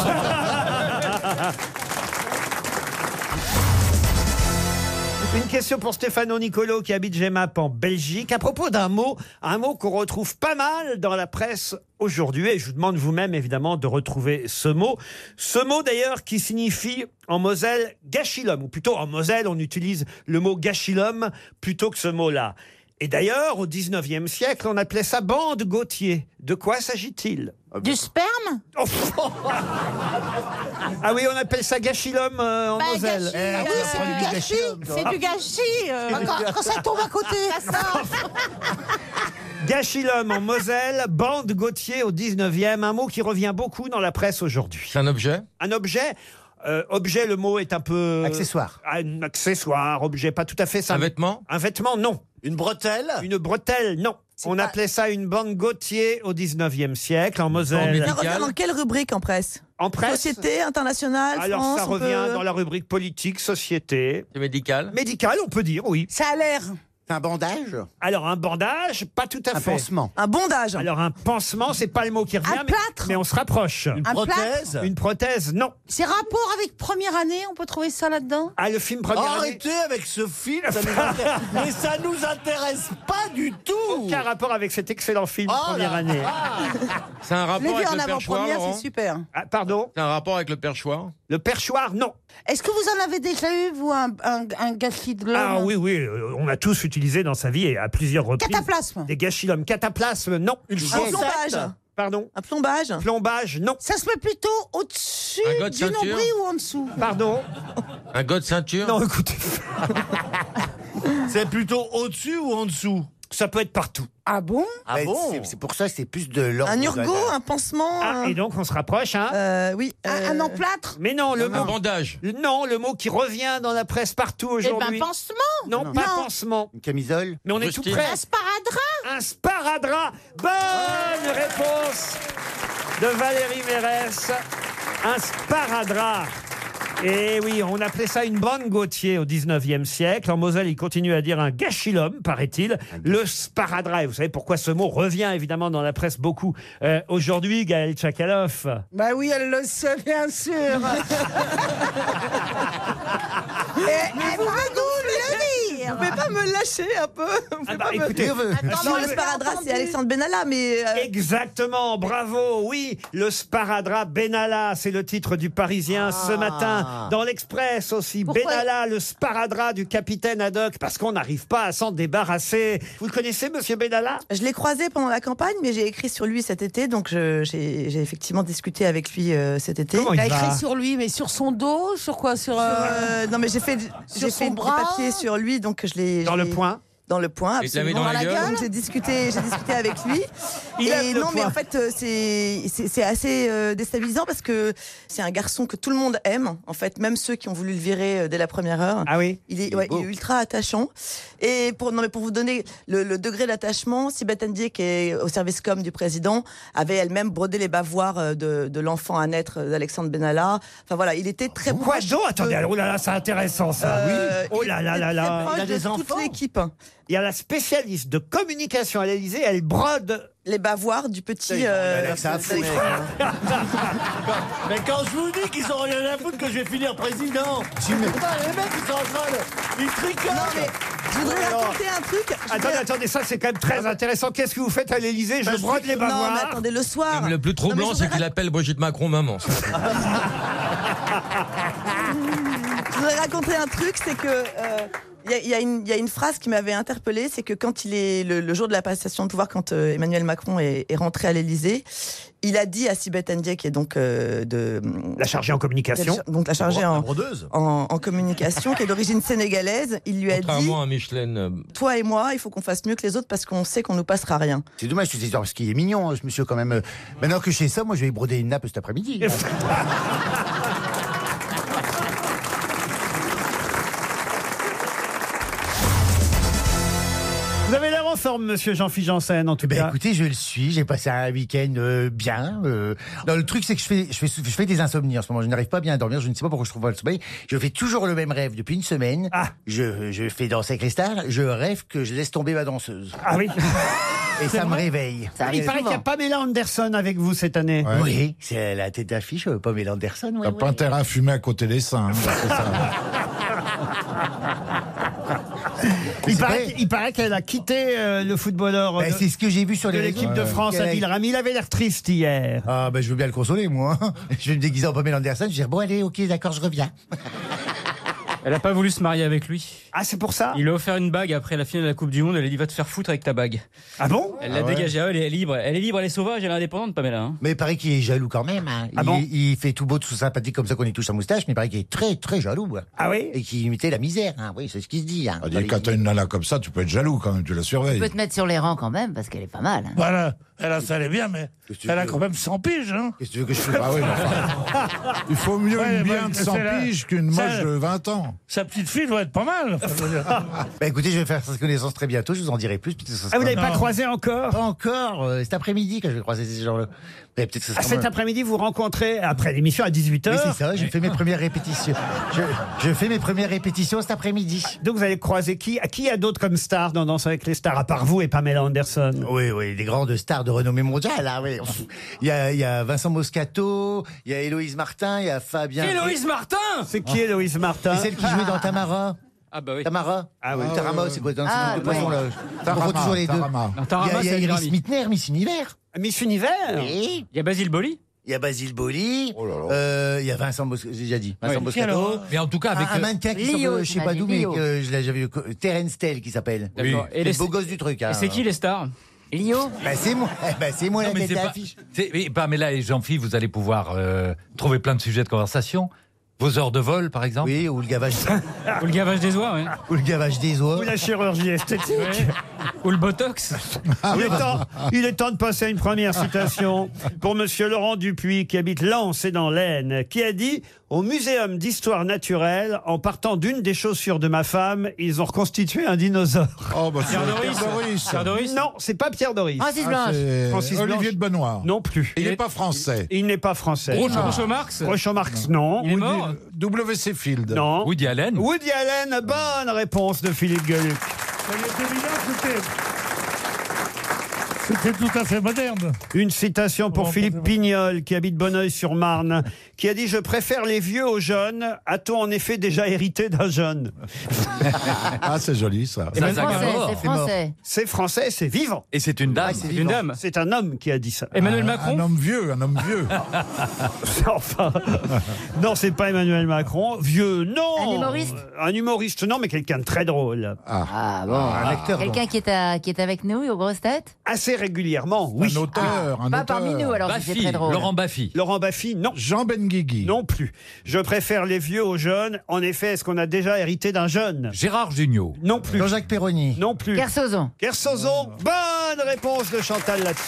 S11: Une question pour Stéphano Nicolo qui habite Gemap en Belgique à propos d'un mot, un mot qu'on retrouve pas mal dans la presse aujourd'hui et je vous demande vous-même évidemment de retrouver ce mot. Ce mot d'ailleurs qui signifie en Moselle gachilum ou plutôt en Moselle on utilise le mot gachilum plutôt que ce mot-là. Et d'ailleurs au 19e siècle on appelait ça bande Gautier. De quoi s'agit-il Oh.
S27: Du sperme
S11: [laughs] Ah oui, on appelle ça gachilum euh, en
S27: Bah,
S11: Moselle.
S27: gâchis, euh, C'est du gâchis. euh, quand, quand ça tombe à [laughs] côté.
S11: Gachilum en Moselle, bande Gauthier au 19e, un mot qui revient beaucoup dans la presse aujourd'hui. C'est un objet Un objet euh, objet, le mot est un peu...
S22: Accessoire.
S11: Un accessoire, objet, pas tout à fait ça. Un vêtement Un vêtement, non. Une bretelle Une bretelle, non. On appelait ça une bande Gauthier au 19e siècle, en Moselle.
S8: Ça revient dans quelle rubrique en presse
S11: En presse
S8: Société internationale,
S11: Alors
S8: France.
S11: ça
S8: on
S11: revient
S8: peut-
S11: dans la rubrique politique, société. médical Médical, on peut dire, oui.
S9: Ça a l'air.
S11: Un bandage Alors un bandage, pas tout à
S22: Un
S11: fait.
S22: pansement.
S11: Un bondage. Alors un pansement, c'est pas le mot qui revient. mais- Mais, on se rapproche. Une
S9: Un prothèse plâtre
S11: Une prothèse, non.
S9: C'est rapport avec première année, on peut trouver ça là-dedans
S11: Ah, le film première
S3: Arrêtez avec ce film, ça nous
S11: [laughs]
S3: intéresse- mais ça nous intéresse pas du tout.
S11: Aucun rapport avec cet excellent film
S3: Oh
S11: première
S3: là
S11: année.
S27: Ah.
S20: C'est un rapport avec le perchoir, Laurent
S9: super.
S11: Ah, pardon
S20: C'est un rapport avec le perchoir
S11: Le perchoir, non.
S9: Est-ce que vous en avez déjà eu, vous, un, un, un gâchis de l'homme
S11: Ah oui, oui, euh, on a tous utilisé dans sa vie et à plusieurs reprises.
S9: Cataplasme.
S11: Des gâchilhommes. Cataplasme, non. Ah, Une
S9: Un plombage.
S11: Pardon
S8: Un plombage
S11: Plombage, non.
S9: Ça se met plutôt au-dessus
S20: Un god
S9: du
S20: ceinture.
S9: nombril ou en dessous
S11: Pardon
S20: Un god ceinture
S11: Non, écoutez.
S3: C'est plutôt au-dessus ou en dessous
S11: Ça peut être partout.
S9: Ah bon
S22: Ah bon c'est, c'est pour ça, c'est plus de l'ordre.
S8: Un
S22: urgo,
S8: urgot, hein. un pansement.
S11: Ah,
S8: un-
S11: et donc on se rapproche, hein
S8: Euh, oui.
S9: Un emplâtre
S11: Mais non, le
S20: Un
S11: mot.
S20: bandage.
S11: Non, le mot qui revient dans la presse partout
S27: Et
S11: aujourd'hui.
S27: ben, pansement
S11: Non, pas
S27: Non.
S11: pansement.
S22: Une camisole.
S11: Mais on est tout
S20: Rustine.
S11: près.
S27: Un sparadrap
S11: Un sparadrap. Bonne réponse de Valérie Mérès. Un sparadrap. Et oui, on appelait ça une bande Gautier au 19e siècle. En Moselle, il continue à dire un gâchilhomme, paraît-il. Le sparadrap. Et vous savez pourquoi ce mot revient évidemment dans la presse beaucoup euh, aujourd'hui, Gaël Tchakaloff
S9: Bah oui, elle le sait, bien sûr. [laughs] et, et bravo de le dire.
S8: Vous pouvez pas me lâcher un peu Vous pouvez pas me-
S11: écoutez,
S22: euh,
S11: Attends,
S8: non,
S11: mais-
S8: le sparadrap, c'est Alexandre Benalla, mais. euh,
S11: Exactement, bravo, oui, le sparadrap Benalla, c'est le titre du Parisien ce
S8: Ah.
S11: matin, dans l'Express aussi, Benalla, le sparadrap du capitaine Haddock, parce qu'on n'arrive pas à s'en débarrasser. Vous le connaissez, monsieur Benalla
S8: Je l'ai croisé pendant la campagne, mais j'ai écrit sur lui cet été, donc je- j'ai j'ai effectivement discuté avec lui euh, cet été.
S11: Comment il
S9: T'as
S11: va
S9: écrit sur lui, mais sur son dos, sur quoi Sur, euh,
S8: Euh, non, mais j'ai fait, j'ai
S9: son
S8: fait des
S9: bras.
S8: papiers sur lui, donc je l'ai.
S11: Dans
S8: je
S11: le
S8: l'ai-
S11: point
S8: Dans le point,
S20: Et te la mets dans
S8: absolument.
S20: la gueule
S8: Donc, J'ai discuté, j'ai discuté avec lui.
S11: [laughs] Il
S8: et
S11: aime le
S8: non, mais
S11: point.
S8: en fait, euh, c'est c'est c'est assez euh, déstabilisant parce que c'est un garçon que tout le monde aime. En fait, même ceux qui ont voulu le virer euh, dès la première heure.
S11: Ah oui
S8: Il est, ouais, il est ultra attachant. Et pour, non, mais pour vous donner le, le degré d'attachement, Sibeth Ndiaye, qui est au service com du président, avait elle-même brodé les bavoirs euh, de, de l'enfant à naître euh, d'Alexandre Benalla. Enfin voilà, il était très
S11: Quoi
S8: proche
S11: donc
S8: de-
S11: Attendez, oh là là, c'est intéressant ça.
S8: Euh,
S11: oui. Oh là là là
S8: très
S11: là.
S8: proche de toute l'équipe.
S11: Il y a la spécialiste de communication à l'Elysée, elle brode.
S8: Les bavoirs du petit. euh,
S11: hein,
S3: [laughs] Mais quand je vous dis qu'ils ont rien à foutre que je vais finir président. Putain, les mecs ils sont en train de... Ils tricotent.
S8: Non, mais je voudrais raconter un truc. Je
S11: Attendez,
S8: voudrais-
S11: attendez, ça c'est quand même très intéressant. Qu'est-ce que vous faites à l'Elysée Je
S8: Bah,
S11: brode les
S8: Non, mais
S11: bavoirs.
S8: attendez, le soir.
S20: Le plus
S8: Non, mais
S20: troublant,
S8: je
S20: c'est
S8: voudrais
S20: qu'il appelle Brigitte Macron maman. ça.
S8: Je voudrais raconter un truc, c'est que. euh, il y a- il y, a une- il y a une phrase qui m'avait interpellée, c'est que quand il est le, le jour de la passation de pouvoir, quand euh, Emmanuel Macron est, est rentré à l'Élysée, il a dit à Sibeth Ndiaye, qui est donc euh, de
S11: La chargée en communication.
S8: donc la chargée
S11: La
S8: en,
S11: brodeuse.
S8: en- en communication, qui est d'origine sénégalaise, il lui a dit
S20: Contrairement à Michelin. euh,
S8: toi et moi, il faut qu'on fasse mieux que les autres parce qu'on sait qu'on nous passera rien.
S22: C'est dommage, c'est parce qu'il est mignon, hein, ce monsieur, quand même. Euh, Maintenant que je sais ça, moi, je vais broder une nappe cet après-midi.
S11: [laughs] Vous avez l'air en forme, forme, monsieur Jean-Philippe Janssen, en tout
S22: cas. Eh ben, Écoutez, je le suis. J'ai passé un week-end euh, bien. euh. Non, le truc, c'est que je fais, je, fais, je fais des insomnies en ce moment. Je n'arrive pas bien à dormir. Je ne sais pas pourquoi je trouve pas le sommeil. Je fais toujours le même rêve depuis une semaine.
S11: Ah.
S22: Je, je fais danser avec les stars. Je rêve que je laisse tomber ma danseuse.
S11: Ah oui
S22: Et
S11: [laughs] C'est
S22: ça me
S11: vrai
S22: réveille.
S11: il paraît qu'il y a Pamela Anderson avec vous cette année.
S22: Oui, c'est la tête d'affiche, euh, Pamela Anderson. ouais,
S14: T'as
S22: ouais.
S14: pas intérêt à fumer à côté des seins. hein, parce que ça-
S11: [laughs] Il paraît, il paraît qu'elle a quitté euh, le footballeur
S22: Ben, c'est ce que j'ai vu sur
S11: de
S22: les
S11: l'équipe
S22: réseaux.
S11: de France,
S22: Ouais.
S11: Adil Rami. Il avait l'air triste hier.
S22: Ah ben je veux bien le consoler moi. [laughs] Je vais me déguiser en Pamela Anderson, je vais dire bon allez ok d'accord je reviens.
S26: Elle n'a pas voulu se marier avec lui.
S11: Ah, c'est pour ça
S26: Il lui a offert une bague après la finale de la Coupe du Monde. Elle lui a dit Va te faire foutre avec ta bague.
S11: Ah bon
S26: Elle l'a
S22: Ah ouais.
S26: dégagée. Ah ouais, Elle est libre. Elle est libre, elle est sauvage, elle est indépendante, Pamela. hein.
S22: Mais il paraît qu'il est jaloux quand même. hein.
S26: Ah
S22: il,
S26: bon
S22: il fait tout beau, tout sympathique comme ça qu'on y touche sa moustache, mais il paraît qu'il est très très jaloux. hein.
S11: Ah oui
S22: Et qu'il imitait la misère. hein. Oui c'est ce qu'il se dit. hein.
S14: Ah, dis, Quand t'as une nana comme ça, tu peux être jaloux quand même, tu la
S4: Tu peux
S14: surveilles.
S4: te mettre sur les rangs quand même, parce qu'elle est pas mal. hein.
S7: Voilà, Bah, elle a, ça elle est bien, mais
S14: Qu'est-ce que tu
S7: elle a
S14: veux
S7: quand même 100 piges. Hein.
S14: Qu'est-ce que tu veux que je fasse Ah oui, mais
S7: [laughs]
S14: enfin, Il faut mieux
S7: Ouais, bah,
S14: une bière de
S7: c'est
S14: 100
S7: la-
S14: piges qu'une
S7: ça-
S14: moche de 20 ans.
S7: Sa petite fille doit être pas mal. enfin, je veux dire.
S22: [laughs] Bah écoutez je vais faire cette connaissance très bientôt, je vous en dirai plus. peut-être que
S11: Ah,
S22: ça sera-
S7: Ah, vous l'avez pas Non.
S11: croisé encore
S22: Pas encore, euh, cet après-midi que je vais croiser ces gens-là. Mais peut-être que ce
S11: Ah,
S22: sera
S11: cet
S22: moi.
S11: après-midi, vous rencontrez, après l'émission, à 18h.
S22: Oui, c'est ça, je fais mes premières répétitions. Je, je fais mes premières répétitions cet après-midi.
S11: Donc vous allez croiser qui À Qui y a d'autres comme stars dans Danse avec les stars, à part vous et Pamela Anderson
S22: Oui, oui, des grandes stars de renommée mondiale. hein, oui. il, y a, il y a Vincent Moscato, il y a Héloïse Martin, il y a Fabien.
S26: Héloïse Martin
S11: C'est qui Héloïse Martin
S22: C'est celle qui jouait dans Tamara.
S26: Ah bah oui.
S22: Tamara
S26: Ah oui.
S22: Ou Tarama,
S26: Ah oui,
S22: c'est quoi
S26: oui.
S22: dans
S26: Ah,
S22: le poisson
S26: ouais.
S22: là On
S26: Tarama,
S22: prend toujours les deux.
S26: Tarama. Non, Tarama,
S22: Il y a- il y a
S26: c'est
S22: Iris
S26: Grammy.
S22: Mittner, Miss Univers.
S11: Miss Univers
S22: Oui.
S26: Il y a Basile Boli
S22: Il y a Basile Boli. euh, Il y a Vincent Moscato, j'ai déjà dit. Vincent
S11: Oui.
S22: Moscato.
S2: Oh Mais en tout cas, avec,
S22: Un, un
S2: euh,
S22: mannequin qui
S2: Lio,
S22: sort de-
S2: tu
S22: je sais
S2: m'as
S22: pas
S2: dit,
S22: d'où, mais
S2: Lio.
S22: que je l'ai jamais vu. Terence Tell qui s'appelle.
S2: D'accord. Oui. Et
S22: Et
S2: les-
S22: le beau gosse du truc. hein.
S2: Et c'est qui les stars
S22: Lio bah, C'est moi, Eh ben, c'est moi
S2: Non,
S22: la
S2: mais
S22: tête
S2: c'est pas-
S22: d'affiche.
S2: c'est- bah, mais Pamela et Jean-Philippe, vous allez pouvoir euh, trouver plein de sujets de conversation. Vos heures de vol, par exemple. Ah.
S22: Oui, ou
S2: [laughs]
S22: le gavage.
S2: ou le gavage des oies, oui.
S22: Ou le gavage des oies.
S11: Ou la chirurgie esthétique
S26: Ou le Botox
S14: Ah.
S11: il, est temps, il est temps de passer à une première citation pour Monsieur Laurent Dupuis, qui habite Lens et dans l'Aisne, qui a dit Au Muséum d'histoire naturelle, en partant d'une des chaussures de ma femme, ils ont reconstitué un dinosaure.
S14: Oh, bah,
S11: c'est Pierre Doris. Pierre Doris. Pierre Doris. Non, c'est pas Pierre Doris.
S14: Ah,
S11: Francis Blanche.
S14: c'est
S11: Francis Blanche.
S14: Olivier de Benoît.
S11: Non plus.
S14: Il n'est pas français.
S11: Il n'est pas français.
S14: Groucho-
S11: Non.
S14: Groucho Marx
S11: Groucho Marx, non.
S14: Il est mort W.C. Field.
S11: Non.
S2: Woody Allen
S11: Woody Allen, bonne réponse de Philippe Gueluc.
S7: Mais les dominants, c'était- C'était tout à fait moderne.
S11: Une citation pour Philippe Pignol, qui habite Bonneuil-sur-Marne, qui a dit Je préfère les vieux aux jeunes. A-t-on en effet déjà hérité d'un jeune
S14: [laughs] ah, c'est joli ça.
S11: C'est français, c'est français. C'est français, c'est vivant.
S2: Et c'est une dame.
S11: c'est une dame. C'est un homme qui a dit ça.
S7: Ah,
S14: Un homme vieux, un homme
S11: [laughs]
S14: vieux.
S11: enfin. Non, c'est pas Emmanuel Macron. Vieux, non.
S4: Un humoriste
S11: Un humoriste, non, mais quelqu'un de très drôle.
S14: Ah,
S4: bon.
S11: Un acteur. donc.
S4: Quelqu'un qui, est à- qui est avec nous aux grosses têtes
S11: Assez régulièrement, oui. Un
S14: auteur,
S4: un Ah, pas auteur. parmi nous, alors, c'est très drôle. Laurent
S2: Baffy.
S11: Laurent Baffy, non.
S14: Jean Benguigui.
S11: Non plus. Je préfère les vieux aux jeunes. En effet, est-ce qu'on a déjà hérité d'un jeune
S2: Gérard Jugnot.
S11: Non plus.
S22: Jean-Jacques Perroni.
S11: Non plus.
S4: Kersozon.
S11: Kersozon, bonne réponse de Chantal là-dessus.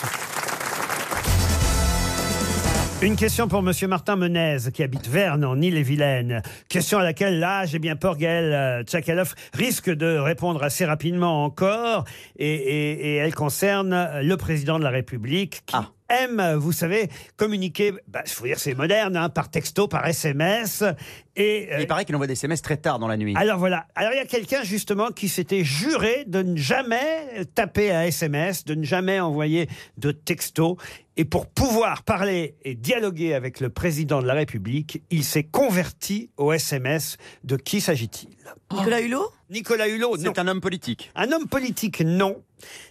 S11: Une question pour Monsieur Martin Menez, qui habite Verne, en Ille-et-Vilaine. Question à laquelle, là, j'ai bien peur, Gaël euh, Tchakaloff risque de répondre assez rapidement encore. Et, et- et elle concerne le président de la République qui
S1: Ah.
S11: aime, vous savez, communiquer, bah, je faut dire c'est moderne, hein, par texto, par SMS. Et, euh,
S1: Il paraît qu'il envoie des SMS très tard dans la nuit.
S11: alors voilà. Alors il y a quelqu'un justement qui s'était juré de ne jamais taper un SMS, de ne jamais envoyer de texto. Et pour pouvoir parler et dialoguer avec le président de la République, il s'est converti au SMS. De qui s'agit-il Oh.
S8: Nicolas Hulot
S11: Nicolas Hulot, non.
S1: C'est un homme politique.
S11: Un homme politique, non.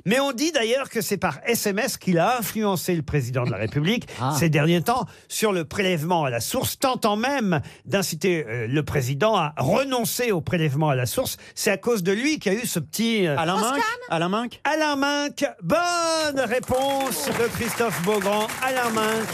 S11: Mais on dit d'ailleurs que c'est par SMS qu'il a influencé le président de la
S1: [laughs]
S11: République ces derniers temps sur le prélèvement à la source, tentant même d'inciter euh, le président à renoncer au prélèvement à la source. C'est à cause de lui qu'il y a eu ce petit... euh,
S1: Alain Minck Alain Minck
S11: Alain Minck, bonne réponse de Christophe Beaugrand. Alain Minck.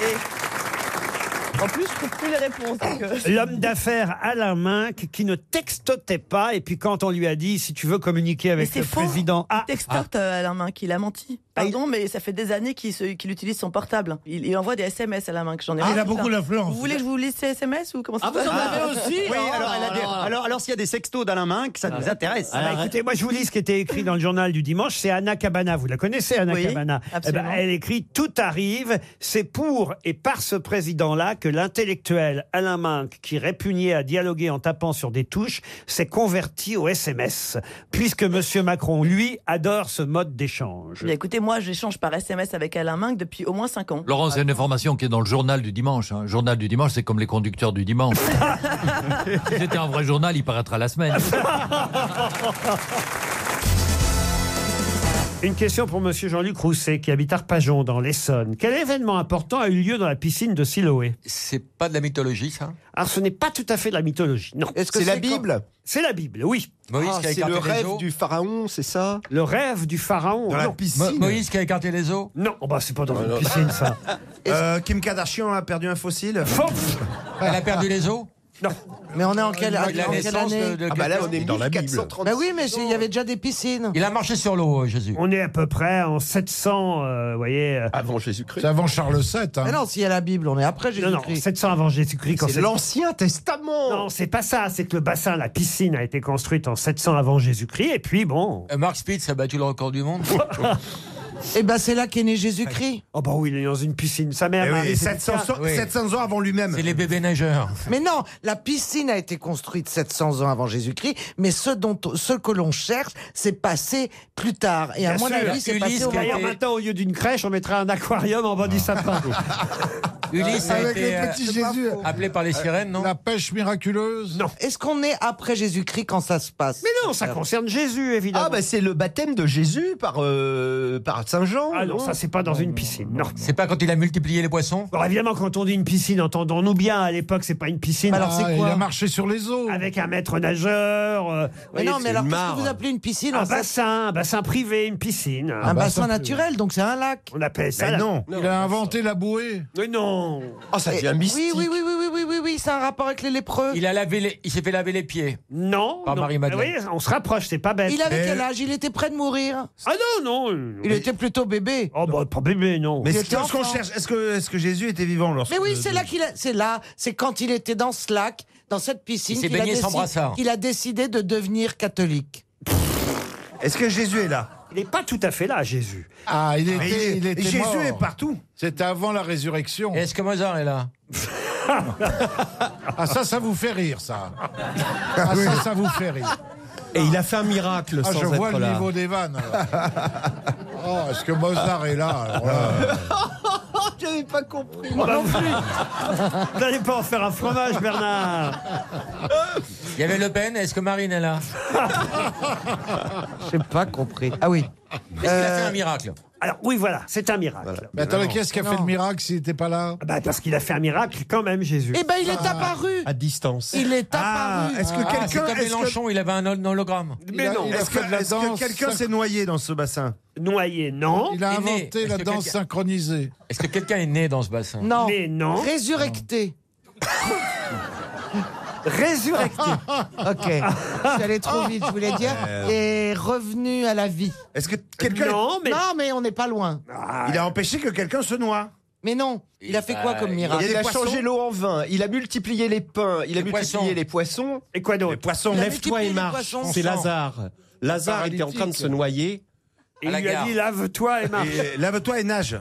S11: Et
S8: En plus, je trouve plus les réponses.
S6: [laughs]
S8: donc, euh.
S11: L'homme d'affaires Alain Minck qui ne textotait pas et puis quand on lui a dit si tu veux communiquer avec
S8: c'est
S11: le
S8: faux.
S11: président Ah,
S8: Textote euh, Alain Minck, il a menti.
S6: Ah,
S8: Pardon, mais ça fait des années qu'il se- qu'il utilise son portable. Il, il envoie des SMS à la main que j'en ai.
S1: Ah,
S8: marre
S1: il a
S8: de ça.
S1: beaucoup d'influence.
S8: Vous voulez que je vous lise ces SMS ou comment
S6: Ah,
S8: ça se passe Ah.
S11: Oh
S1: Oui, alors, elle a des- alors- alors, s'il y a des sextos d'Alain Minck, ça nous intéresse.
S11: Ah, bah, écoutez, moi je vous lis ce qui était écrit dans le journal du dimanche, c'est Anna Cabana. Vous la connaissez, Anna
S1: Oui,
S11: Cabana Eh ben,
S1: absolument.
S11: Elle écrit Tout arrive, c'est pour et par ce président-là que l'intellectuel Alain Minck, qui répugnait à dialoguer en tapant sur des touches, s'est converti au SMS, puisque Monsieur Macron, lui, adore ce mode d'échange.
S8: Mais écoutez, moi, j'échange par SMS avec Alain Minck depuis au moins 5 ans.
S2: Laurent, c'est une information qui est dans le journal du dimanche. hein. Journal du dimanche, c'est comme les conducteurs
S20: [laughs]
S2: du dimanche. si c'était un vrai journal, il paraîtra la semaine.
S11: Une question pour Monsieur Jean-Luc Rousset, qui habite Arpajon, dans l'Essonne. Quel événement important a eu lieu dans la piscine de Siloé
S20: C'est pas de la mythologie, ça
S11: Alors, ce n'est pas tout à fait de la mythologie, non.
S20: que C'est la c'est Bible quand-
S11: C'est la Bible, oui.
S20: Moïse qui a
S15: Ah, c'est
S20: écarté
S15: le
S20: les
S15: rêve
S20: eaux.
S15: du pharaon, c'est ça
S11: Le rêve du pharaon
S15: Dans la
S11: non.
S15: piscine.
S11: Mo-
S15: Moïse
S20: qui a écarté les eaux
S11: Non, oh bah, c'est pas dans une piscine, ça.
S6: Euh, Kim Kardashian a perdu un fossile.
S20: Elle a perdu les os
S11: Non.
S6: Mais on est en quelle,
S20: La
S6: en quelle
S20: naissance
S6: année
S20: Euh, de- de Ah bah là, quelqu'un. on est Dans la [laughs] Bible. 1436.
S6: Bah oui, mais c'est- il y avait déjà des piscines.
S20: Il a marché sur l'eau, euh, Jésus.
S11: On est à peu près en 700, euh, vous voyez. Avant Jésus-Christ.
S14: C'est avant Charles VII. hein.
S6: Mais non, s'il y a la Bible, on est après
S11: Non, non,
S6: Jésus-Christ.
S11: 700 avant Jésus-Christ. quand
S6: C'est
S15: l'Ancien Testament
S11: Non, c'est pas ça. C'est que le bassin, la piscine a été construite en 700 avant Jésus-Christ. Et puis, bon...
S20: Euh, Mark Spitz a battu le record du
S11: [laughs]
S20: monde.
S6: Et ben c'est là qu'est né Jésus-Christ.
S11: Oh bah oui, il est dans une piscine. Sa mère...
S6: Eh oui,
S11: Marie,
S6: et
S11: c'est
S6: 700
S11: ça.
S6: Oui. 700 ans avant lui-même.
S20: C'est les bébés nageurs.
S6: Mais non, la piscine a été construite 700 ans avant Jésus-Christ, mais ce, dont, ce que l'on cherche, c'est passé plus tard. Et à
S11: Bien
S6: mon
S11: sûr.
S6: avis, c'est passé au
S11: D'ailleurs,
S6: moment-
S11: maintenant, au lieu d'une crèche, on mettra un aquarium en bas du [laughs] sapin.
S20: Ulysse a été euh, appelé par les sirènes, non
S14: La pêche miraculeuse
S11: Non.
S6: Est-ce qu'on est après Jésus-Christ quand ça se passe Euh,
S11: Mais non, ça concerne Jésus, évidemment.
S15: Ah, bah c'est le baptême de Jésus par, euh, par Saint Jean.
S11: Ah non, ça c'est pas dans une piscine. Non.
S20: C'est pas quand il a multiplié les poissons
S11: Alors évidemment, quand on dit une piscine, entendons-nous bien. À l'époque, c'est pas une piscine.
S6: Alors, c'est Ah, quoi il a
S14: marché sur les eaux.
S11: Avec un maître nageur. euh,
S6: Mais
S11: voyez,
S6: non, mais
S11: c'est
S6: alors
S11: une
S6: qu'est-ce
S11: mare.
S6: que vous appelez une piscine
S11: Un
S6: en fait
S11: bassin, un bassin privé, une piscine.
S6: Un, bassin, naturel, donc c'est un lac.
S11: On appelle ça.
S6: Mais
S11: la-
S6: non.
S14: Il a inventé la bouée.
S11: Mais non.
S15: Ah, ça
S6: Et-
S15: devient mystique.
S6: Eh, Oui, oui, oui, oui, oui, oui, oui, oui, c'est un rapport avec les lépreux.
S20: Il, a lavé les- il s'est fait laver les pieds.
S11: Non.
S20: Par
S11: non.
S20: Marie-Madeleine.
S11: Vous voyez, on se rapproche, c'est pas bête.
S6: Il avait quel âge Il était près de mourir.
S11: Ah non, non.
S6: Il était plutôt bébé.
S11: Oh bah pas bébé, non.
S6: Il Mais était c'est- enfant. qu'on cherche- cherche- est-ce que,
S15: Jésus était vivant lorsque.
S6: Mais oui, c'est là qu'il a, c'est là, c'est quand il était dans ce lac, dans cette piscine,
S20: Il s'est
S6: qu'il a,
S20: baigné sans
S6: déci-
S20: brassard.
S6: qu'il a décidé de devenir catholique.
S11: Est-ce que Jésus est là Il n'est pas tout à fait là, Jésus.
S14: Ah, il
S11: Mais
S14: était, il
S11: il-
S14: était
S11: Jésus
S14: mort.
S11: est partout.
S14: C'était avant la résurrection.
S20: Est-ce que Mozart est là
S14: [laughs] Ah, ça, ça vous fait rire, ça. Ah, ça, ça vous fait rire.
S24: Et il a fait un miracle
S14: Ah,
S24: sans
S14: je
S24: être
S14: vois le
S24: là.
S14: niveau des vannes. alors. Oh, est-ce que Mozart est là, euh, alors là
S15: J'avais pas compris.
S20: [laughs]
S11: Oh, bah, vous n'allez pas en faire un fromage, Bernard.
S20: Il y avait Le Pen, est-ce que Marine est là
S12: hein.
S15: [laughs]
S6: J'ai pas compris. Ah oui.
S20: Est-ce qu'il a fait un miracle
S11: Alors oui, voilà, c'est un miracle.
S14: Euh, Mais attendez, qu'est-ce qui a fait le miracle s'il n'était pas là
S11: Ah bah, Parce qu'il a fait un miracle quand même, Jésus. Ah,
S6: Eh ben, il est apparu.
S24: À distance.
S6: Il est apparu.
S20: Est-ce que quelqu'un Ah, C'est comme Mélenchon, il avait un hol- hologramme.
S14: Mais non.
S6: Est-ce que- est-ce que quelqu'un s'est
S14: noyé
S6: dans ce bassin
S11: Noyé, non.
S14: Il a
S20: Il est né.
S14: inventé
S20: Est-ce
S14: la
S20: que
S14: danse
S20: quelqu'un-
S14: synchronisée.
S20: Est-ce que quelqu'un est né dans ce bassin
S6: Non.
S11: Mais non.
S6: Résurrecté.
S11: [laughs] Résurrecté.
S6: [laughs] ok. Je suis allé trop vite, je voulais dire. Et revenu à la vie. Euh. Est-ce que quelqu'un-
S11: Non, mais- Ah.
S6: Non, mais on n'est pas loin. Il a empêché que quelqu'un se noie. Mais non. Il a fait quoi comme miracle
S15: Il a changé l'eau en vin, il a multiplié les pains, il a multiplié
S20: poissons.
S15: les poissons.
S11: Et quoi d'autre
S24: Les poissons,
S6: Il a
S24: lève-toi
S6: multiplié
S24: et
S6: les
S24: marche.
S6: poissons.
S24: C'est
S6: On sent.
S24: Lazare. Lazare était en train de se noyer.
S11: Et
S20: À la
S11: il lui a
S20: gare.
S11: dit lave-toi et marche.
S14: Lave-toi et nage.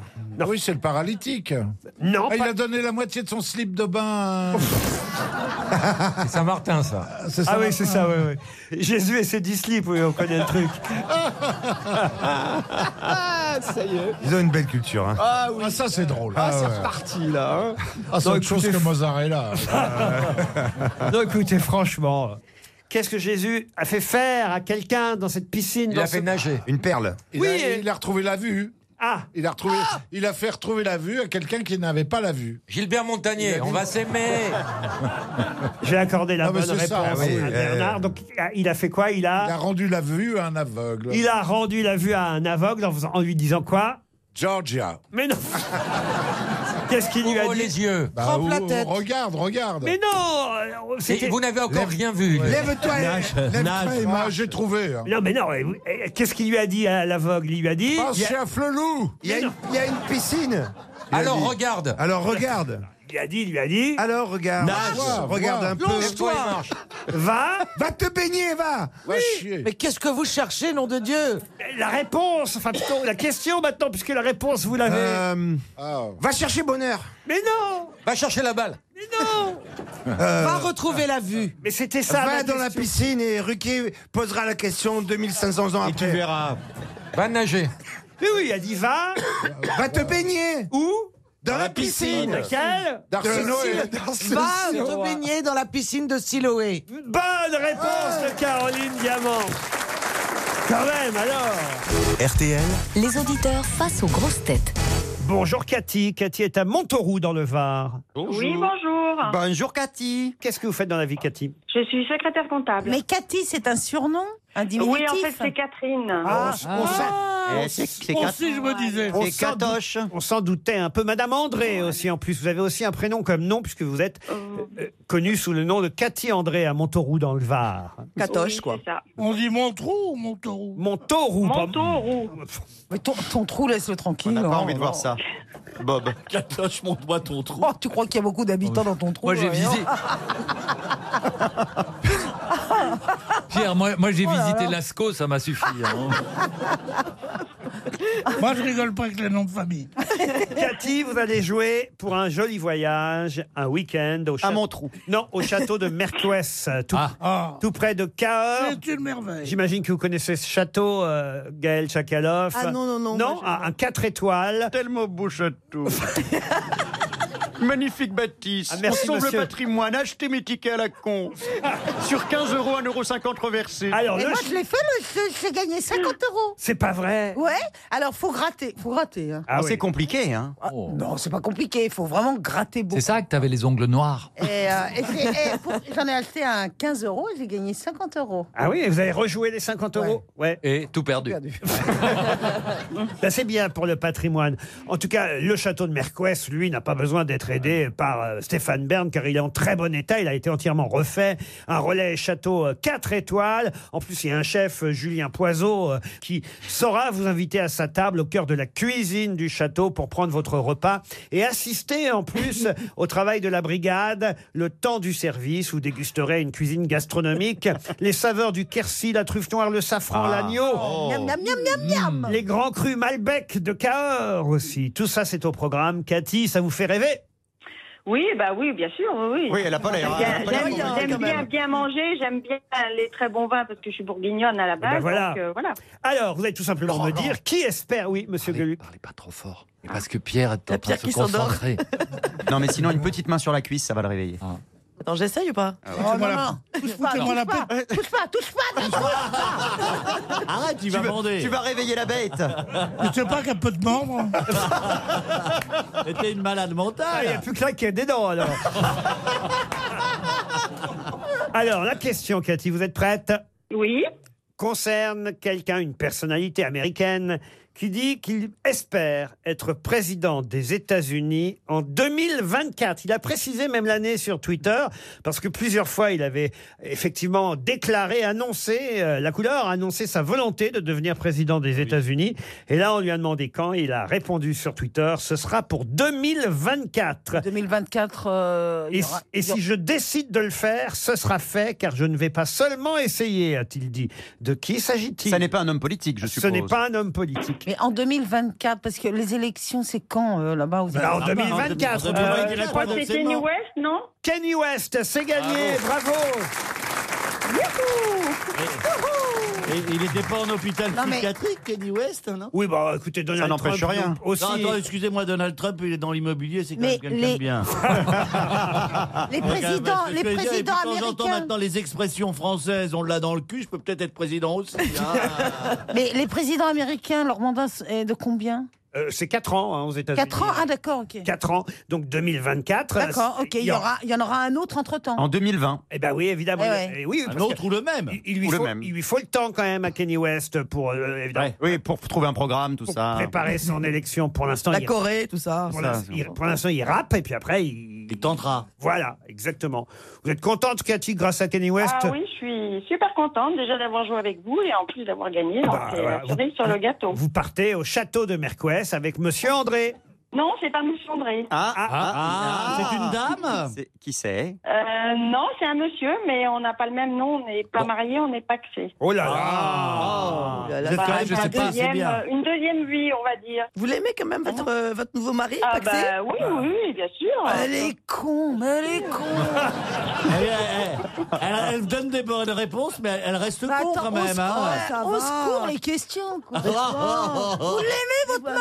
S14: Oui, c'est le paralytique.
S11: Non,
S14: Ah, il
S11: pas-
S14: a donné la moitié de son slip de bain. euh.
S20: [laughs] C'est Saint-Martin, ça.
S14: C'est ça,
S11: Ah oui, [laughs]
S14: maintenant.
S11: c'est ça, oui, oui. [laughs] Jésus et ses dix slips, oui, on connaît le truc.
S15: Ah, ça y est.
S6: Ils ont une belle culture.
S5: hein.
S15: Ah oui.
S14: Ah, ça, c'est drôle.
S15: Ah, c'est
S14: ouais.
S15: reparti là. hein.
S14: Ah, c'est
S11: Non,
S14: autre chose
S11: écoutez-
S14: que Mozart est
S11: [laughs]
S14: là.
S11: Non, écoutez, franchement, qu'est-ce que Jésus a fait faire à quelqu'un dans cette piscine
S20: Il
S11: dans
S20: a
S11: ce-
S20: fait nager.
S6: Une perle.
S14: Il,
S11: Oui,
S14: a,
S11: et-
S14: il a retrouvé la vue.
S11: Ah,
S14: Il a, retrouvé, il a fait retrouver la vue à quelqu'un qui n'avait pas la vue.
S20: [laughs] Gilbert Montagnier, on va s'aimer.
S11: j'ai accordé la
S14: Ah, mais
S11: bonne
S14: c'est
S11: réponse
S14: ça,
S11: à
S14: oui, euh.
S11: Bernard. Donc, il a fait quoi il
S14: Il a
S11: a...
S14: rendu la vue à un aveugle.
S11: il a rendu la vue à un aveugle en, faisant- en lui disant quoi
S14: Georgia.
S11: Mais non Qu'est-ce qu'il lui a
S20: Oh,
S11: dit
S20: les yeux. Bah, Trempe la oh, tête. regarde, regarde.
S11: Mais non euh, c'était-
S20: Et vous n'avez encore rien vu. lui.
S5: Bah,
S11: j'ai trouvé. Non, mais non. et vous- et Qu'est-ce qu'il lui a dit à l'aveugle Il lui a dit.
S5: Passe chez un
S11: flelou.
S5: Il y a une- il y a une piscine.
S11: Il a Alors, dit- regarde.
S5: Alors regarde.
S11: Il a dit, il lui a dit.
S5: Alors regarde.
S11: Nage.
S5: Vois, regarde un peu.
S6: Plonge-toi.
S11: Va.
S5: Va te baigner, va.
S6: Oui. Mais qu'est-ce que vous cherchez, nom de Dieu
S11: La réponse, enfin plutôt la question maintenant, puisque la réponse vous l'avez.
S5: Euh,
S6: Va chercher bonheur.
S11: Mais non
S20: Va chercher la balle.
S11: Mais non
S14: Euh,
S6: Va retrouver la vue.
S11: Mais c'était
S20: ça,
S5: Euh, Va
S20: la
S5: dans la
S20: question.
S5: piscine et Ruquier posera la question 2500 ans après. Et tu verras.
S20: Va nager.
S11: Mais oui, il a dit va.
S5: va te baigner.
S11: Où
S5: Dans, la piscine.
S11: Laquelle
S5: D'Arcy-
S6: De Noé.
S5: D'Arcy-
S6: Va te
S5: Siloé.
S6: baigner dans la piscine de Siloé.
S11: Bonne réponse de Caroline Diamant. Quand même, alors.
S23: RTL.
S11: Les auditeurs face aux grosses têtes. Bonjour Cathy. Cathy est à Montauroux dans le Var.
S28: Oui, bonjour.
S11: Bonjour Cathy. Qu'est-ce que vous faites dans la vie, Cathy
S28: Je suis secrétaire comptable.
S9: Mais Cathy, c'est un surnom Un diminutif Ah.
S28: Oui, en fait, c'est Catherine.
S9: Eh,
S11: On Eh,
S28: Aussi, je me disais.
S11: On s'en dou- On s'en doutait un peu. Madame André aussi, en plus, vous avez aussi un prénom comme nom, puisque vous êtes euh, connue sous le nom de Cathy André à Montauroux dans le Var.
S28: Catoche, Oui, quoi. c'est ça.
S7: On dit Montrou ou Montorou
S11: Montauroux. pas-
S9: Mais ton, ton trou, laisse-le tranquille.
S15: On n'a pas
S9: hein,
S15: envie de voir
S9: non.
S15: ça.
S9: [laughs]
S15: Bob.
S20: Catoche, montre-moi ton trou.
S9: Oh, tu crois qu'il y a beaucoup d'habitants dans ton trou
S20: Moi, j'ai
S9: voyons. [laughs]
S20: visé. Pierre, moi, moi, j'ai
S9: Oh là
S20: visité
S9: là.
S20: Lascaux, ça m'a suffi. hein.
S7: Moi, je rigole pas avec les noms de famille.
S11: [laughs] Cathy, vous allez jouer pour un joli voyage, un week-end au château.
S7: Montrou.
S11: Non, au château de Mercouès, euh, tout, tout près de Cahors.
S7: C'est une merveille.
S11: J'imagine que vous connaissez ce château, euh, Gaël Chakalov.
S7: Ah non, non, non, moi,
S11: Non, un, 4 étoiles.
S29: Tellement beau château. Magnifique bâtisse.
S11: Ah, merci,
S29: Ensemble
S11: monsieur.
S29: patrimoine. Achetez mes tickets à la
S11: [laughs]
S29: con. Sur 15 euros, 1,50 euro reversé.
S11: Alors,
S9: Mais moi, je l'ai fait, le- je- j'ai gagné 50 euros.
S11: C'est pas
S6: Ah.
S11: vrai.
S9: Ouais, alors faut gratter, faut gratter.
S2: Ah
S9: hein.
S29: C'est compliqué, hein
S9: Ah, Non, c'est pas compliqué, il faut vraiment gratter beaucoup.
S20: C'est ça que t'avais les ongles noirs.
S9: Et, euh, et j'ai- et pour- j'en ai acheté un 15 euros et j'ai gagné 50 euros.
S11: Ah [laughs] oui, et vous avez rejoué les 50 euros Ouais.
S20: Et tout perdu.
S11: Ben, c'est bien pour le patrimoine. En tout cas, le château de Mercouès, lui, n'a pas besoin d'être aidé par euh, Stéphane Bern, car il est en très bon état. Il a été entièrement refait. Un relais château 4 étoiles. En plus, il y a un chef, euh, Julien Poiseau, euh, qui saura vous inviter à sa table au cœur de la cuisine du château pour prendre votre repas et assister en plus au travail de la brigade, le temps du service, où dégusterez une cuisine gastronomique, les saveurs du Quercy, la truffe noire, le safran,
S9: Ah.
S11: l'agneau.
S9: Miam, miam, miam, miam, miam.
S11: Hmm. Les grands crus Malbec de Cahors aussi. Tout ça, c'est au programme. Cathy, ça vous fait rêver
S28: Oui, bah oui, bien sûr, oui.
S11: Oui, elle a pas l'air, hein, elle a
S28: Bien-
S11: pas l'air
S28: J'aime
S11: convaincue,
S28: j'aime
S11: quand
S28: bien,
S11: même.
S28: bien manger, j'aime bien les très bons vins parce que je suis bourguignonne à la
S11: ben
S28: base.
S11: voilà.
S28: donc, euh, voilà.
S11: Alors, vous allez tout simplement me dire qui espère. Oui, monsieur Geluc.
S20: Trop fort. Mais Parce que Pierre est en train
S11: La Pierre
S20: de se
S11: qui s'endort.
S20: concentrer.
S1: [laughs] Non, mais sinon, une petite main sur la cuisse, ça va le réveiller.
S29: Ah.
S1: Ah
S8: Attends, j'essaye ou pas
S11: Ah
S1: ouais. Foutez-moi la-
S9: Oh, Touche
S8: la
S9: pas, touche pas, touche pas, touche pas.
S11: [laughs]
S1: Arrête,
S29: tu vas bander.
S1: Tu vas réveiller la [laughs] bête.
S7: Je sais pas qu'un peu
S29: [laughs]
S7: de membres.
S29: T'es une malade
S11: Ah, il n'y a
S29: mentale.
S11: plus que là qui est dedans, alors. alors, la question, Cathy, vous êtes prête
S28: Oui.
S11: Concerne quelqu'un, une personnalité américaine, qui dit qu'il espère être président des États-Unis en 2024. Il a précisé même l'année sur Twitter, parce que plusieurs fois, il avait effectivement déclaré, annoncé, euh, la couleur, annoncé sa volonté de devenir président
S1: Ah
S11: des États-Unis. Et là, on lui a demandé quand. Il a répondu sur Twitter, ce sera pour 2024.
S9: 2024. euh, il y
S11: Et,
S9: aura-
S11: si- et
S9: il y aura-
S11: si je décide de le faire, ce sera fait, car je ne vais pas seulement essayer, a-t-il dit. De qui s'agit-il
S1: Ça n'est pas un homme politique, je
S11: Ce
S1: suppose.
S11: n'est pas un homme politique.
S9: Mais en 2024, parce que les élections, c'est quand euh, là-bas aux
S11: Bah, en
S9: États-Unis
S11: 2024,
S9: Euh,
S11: autrement, il
S9: je
S11: dirait
S9: crois
S11: pas
S9: que c'est
S11: forcément.
S9: Kenny West.
S28: non
S11: Kenny West, c'est
S9: Ah
S11: gagné, bravo,
S29: Et il était pas en hôpital
S28: Non, mais-
S29: psychiatrique, Kenny West,
S2: hein,
S29: non
S11: Oui, bah écoutez, Donald Trump
S29: n'empêche
S11: donc aussi.
S29: Non, attends, excusez-moi, Donald Trump, il est dans l'immobilier, c'est quand
S28: Mais
S29: même quelqu'un
S28: les-
S29: de bien.
S28: Les présidents-
S29: Donc, parce que
S28: les
S29: je veux dire, et puis
S28: présidents
S29: quand j'entends
S28: américains.
S29: maintenant les expressions françaises, on l'a dans le cul, je peux peut-être être président aussi. hein.
S9: Mais les présidents américains, leur mandat est de combien
S11: Euh, c'est 4 ans hein, aux États-Unis.
S7: 4 ans Ah, d'accord, ok.
S11: 4 ans, donc 2024.
S7: D'accord, ok. Il y, aura, il y en aura un autre entre-temps.
S11: 2020. Eh ben oui, évidemment.
S7: Eh ouais.
S11: Eh oui,
S7: Un
S11: parce
S7: autre
S11: que
S7: ou le même.
S11: Il, il lui
S7: Ou le
S11: faut,
S7: même.
S11: il lui faut le temps quand même à Kenny West pour euh, évidemment,
S30: Oui, pour trouver un programme, tout ça. Ah, [laughs]
S11: préparer son élection. Pour l'instant,
S8: La
S11: il-
S8: Corée, tout ça.
S11: Pour
S8: Ça,
S11: l'instant,
S8: c'est
S11: il- pour l'instant, il rappe et puis après, il... tentera. Voilà, exactement. Vous êtes contente, Cathy, grâce à Kenny West
S9: Ah oui, je suis super contente déjà d'avoir joué avec vous et en plus d'avoir
S8: Ah
S9: gagné.
S8: bah,
S9: donc c'est
S11: Eh ben, voilà,
S9: la cerise sur le gâteau.
S11: Vous partez au château de Mercouès avec Monsieur André.
S9: Non, c'est pas Monsieur André.
S11: Ah,
S8: Ah,
S11: c'est une
S9: dame
S30: Qui Ah. c'est
S9: Euh, non, c'est un monsieur, mais on n'a pas le même nom, on n'est pas mariés, on n'est pas axés.
S11: Oh là là
S8: Vous êtes
S9: Bah,
S8: quand même, je
S9: un
S8: sais pas, c'est
S9: deuxième,
S8: bien.
S9: euh, Une deuxième vie, on va dire. Hein
S8: Vous l'aimez quand même, votre, euh, votre nouveau mari
S9: Ah
S8: Paxé
S9: bah oui, oui, oui, bien sûr.
S8: Elle est
S7: con, mais elle est con.
S8: [laughs]
S29: Eh
S6: Elle, elle- elle- elle donne des bonnes réponses, mais elle, elle reste
S7: Bah,
S6: con
S7: attends,
S6: quand
S7: au
S6: même. hein.
S7: secours, au secours, les questions. quoi.
S6: Ah, ah, ah, ah.
S7: Vous l'aimez, votre mari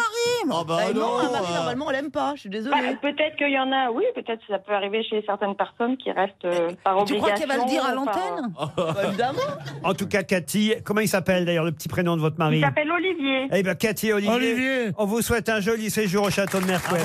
S6: Ah, bah,
S7: Eh
S6: non,
S7: un
S6: euh.
S8: on l'aime pas, je suis
S9: Bah, peut-être qu'il y en a, oui, peut-être que ça peut arriver chez certaines personnes qui restent euh, par
S7: Tu
S9: obligation.
S7: crois qu'elle va le dire à
S9: ou par- euh,
S7: l'antenne
S11: Évidemment. En tout cas, Cathy, comment il s'appelle d'ailleurs le petit prénom de votre mari
S9: Il s'appelle Olivier.
S11: ben, Eh bien, Cathy Olivier, on vous souhaite un joli séjour au château de Mercouet.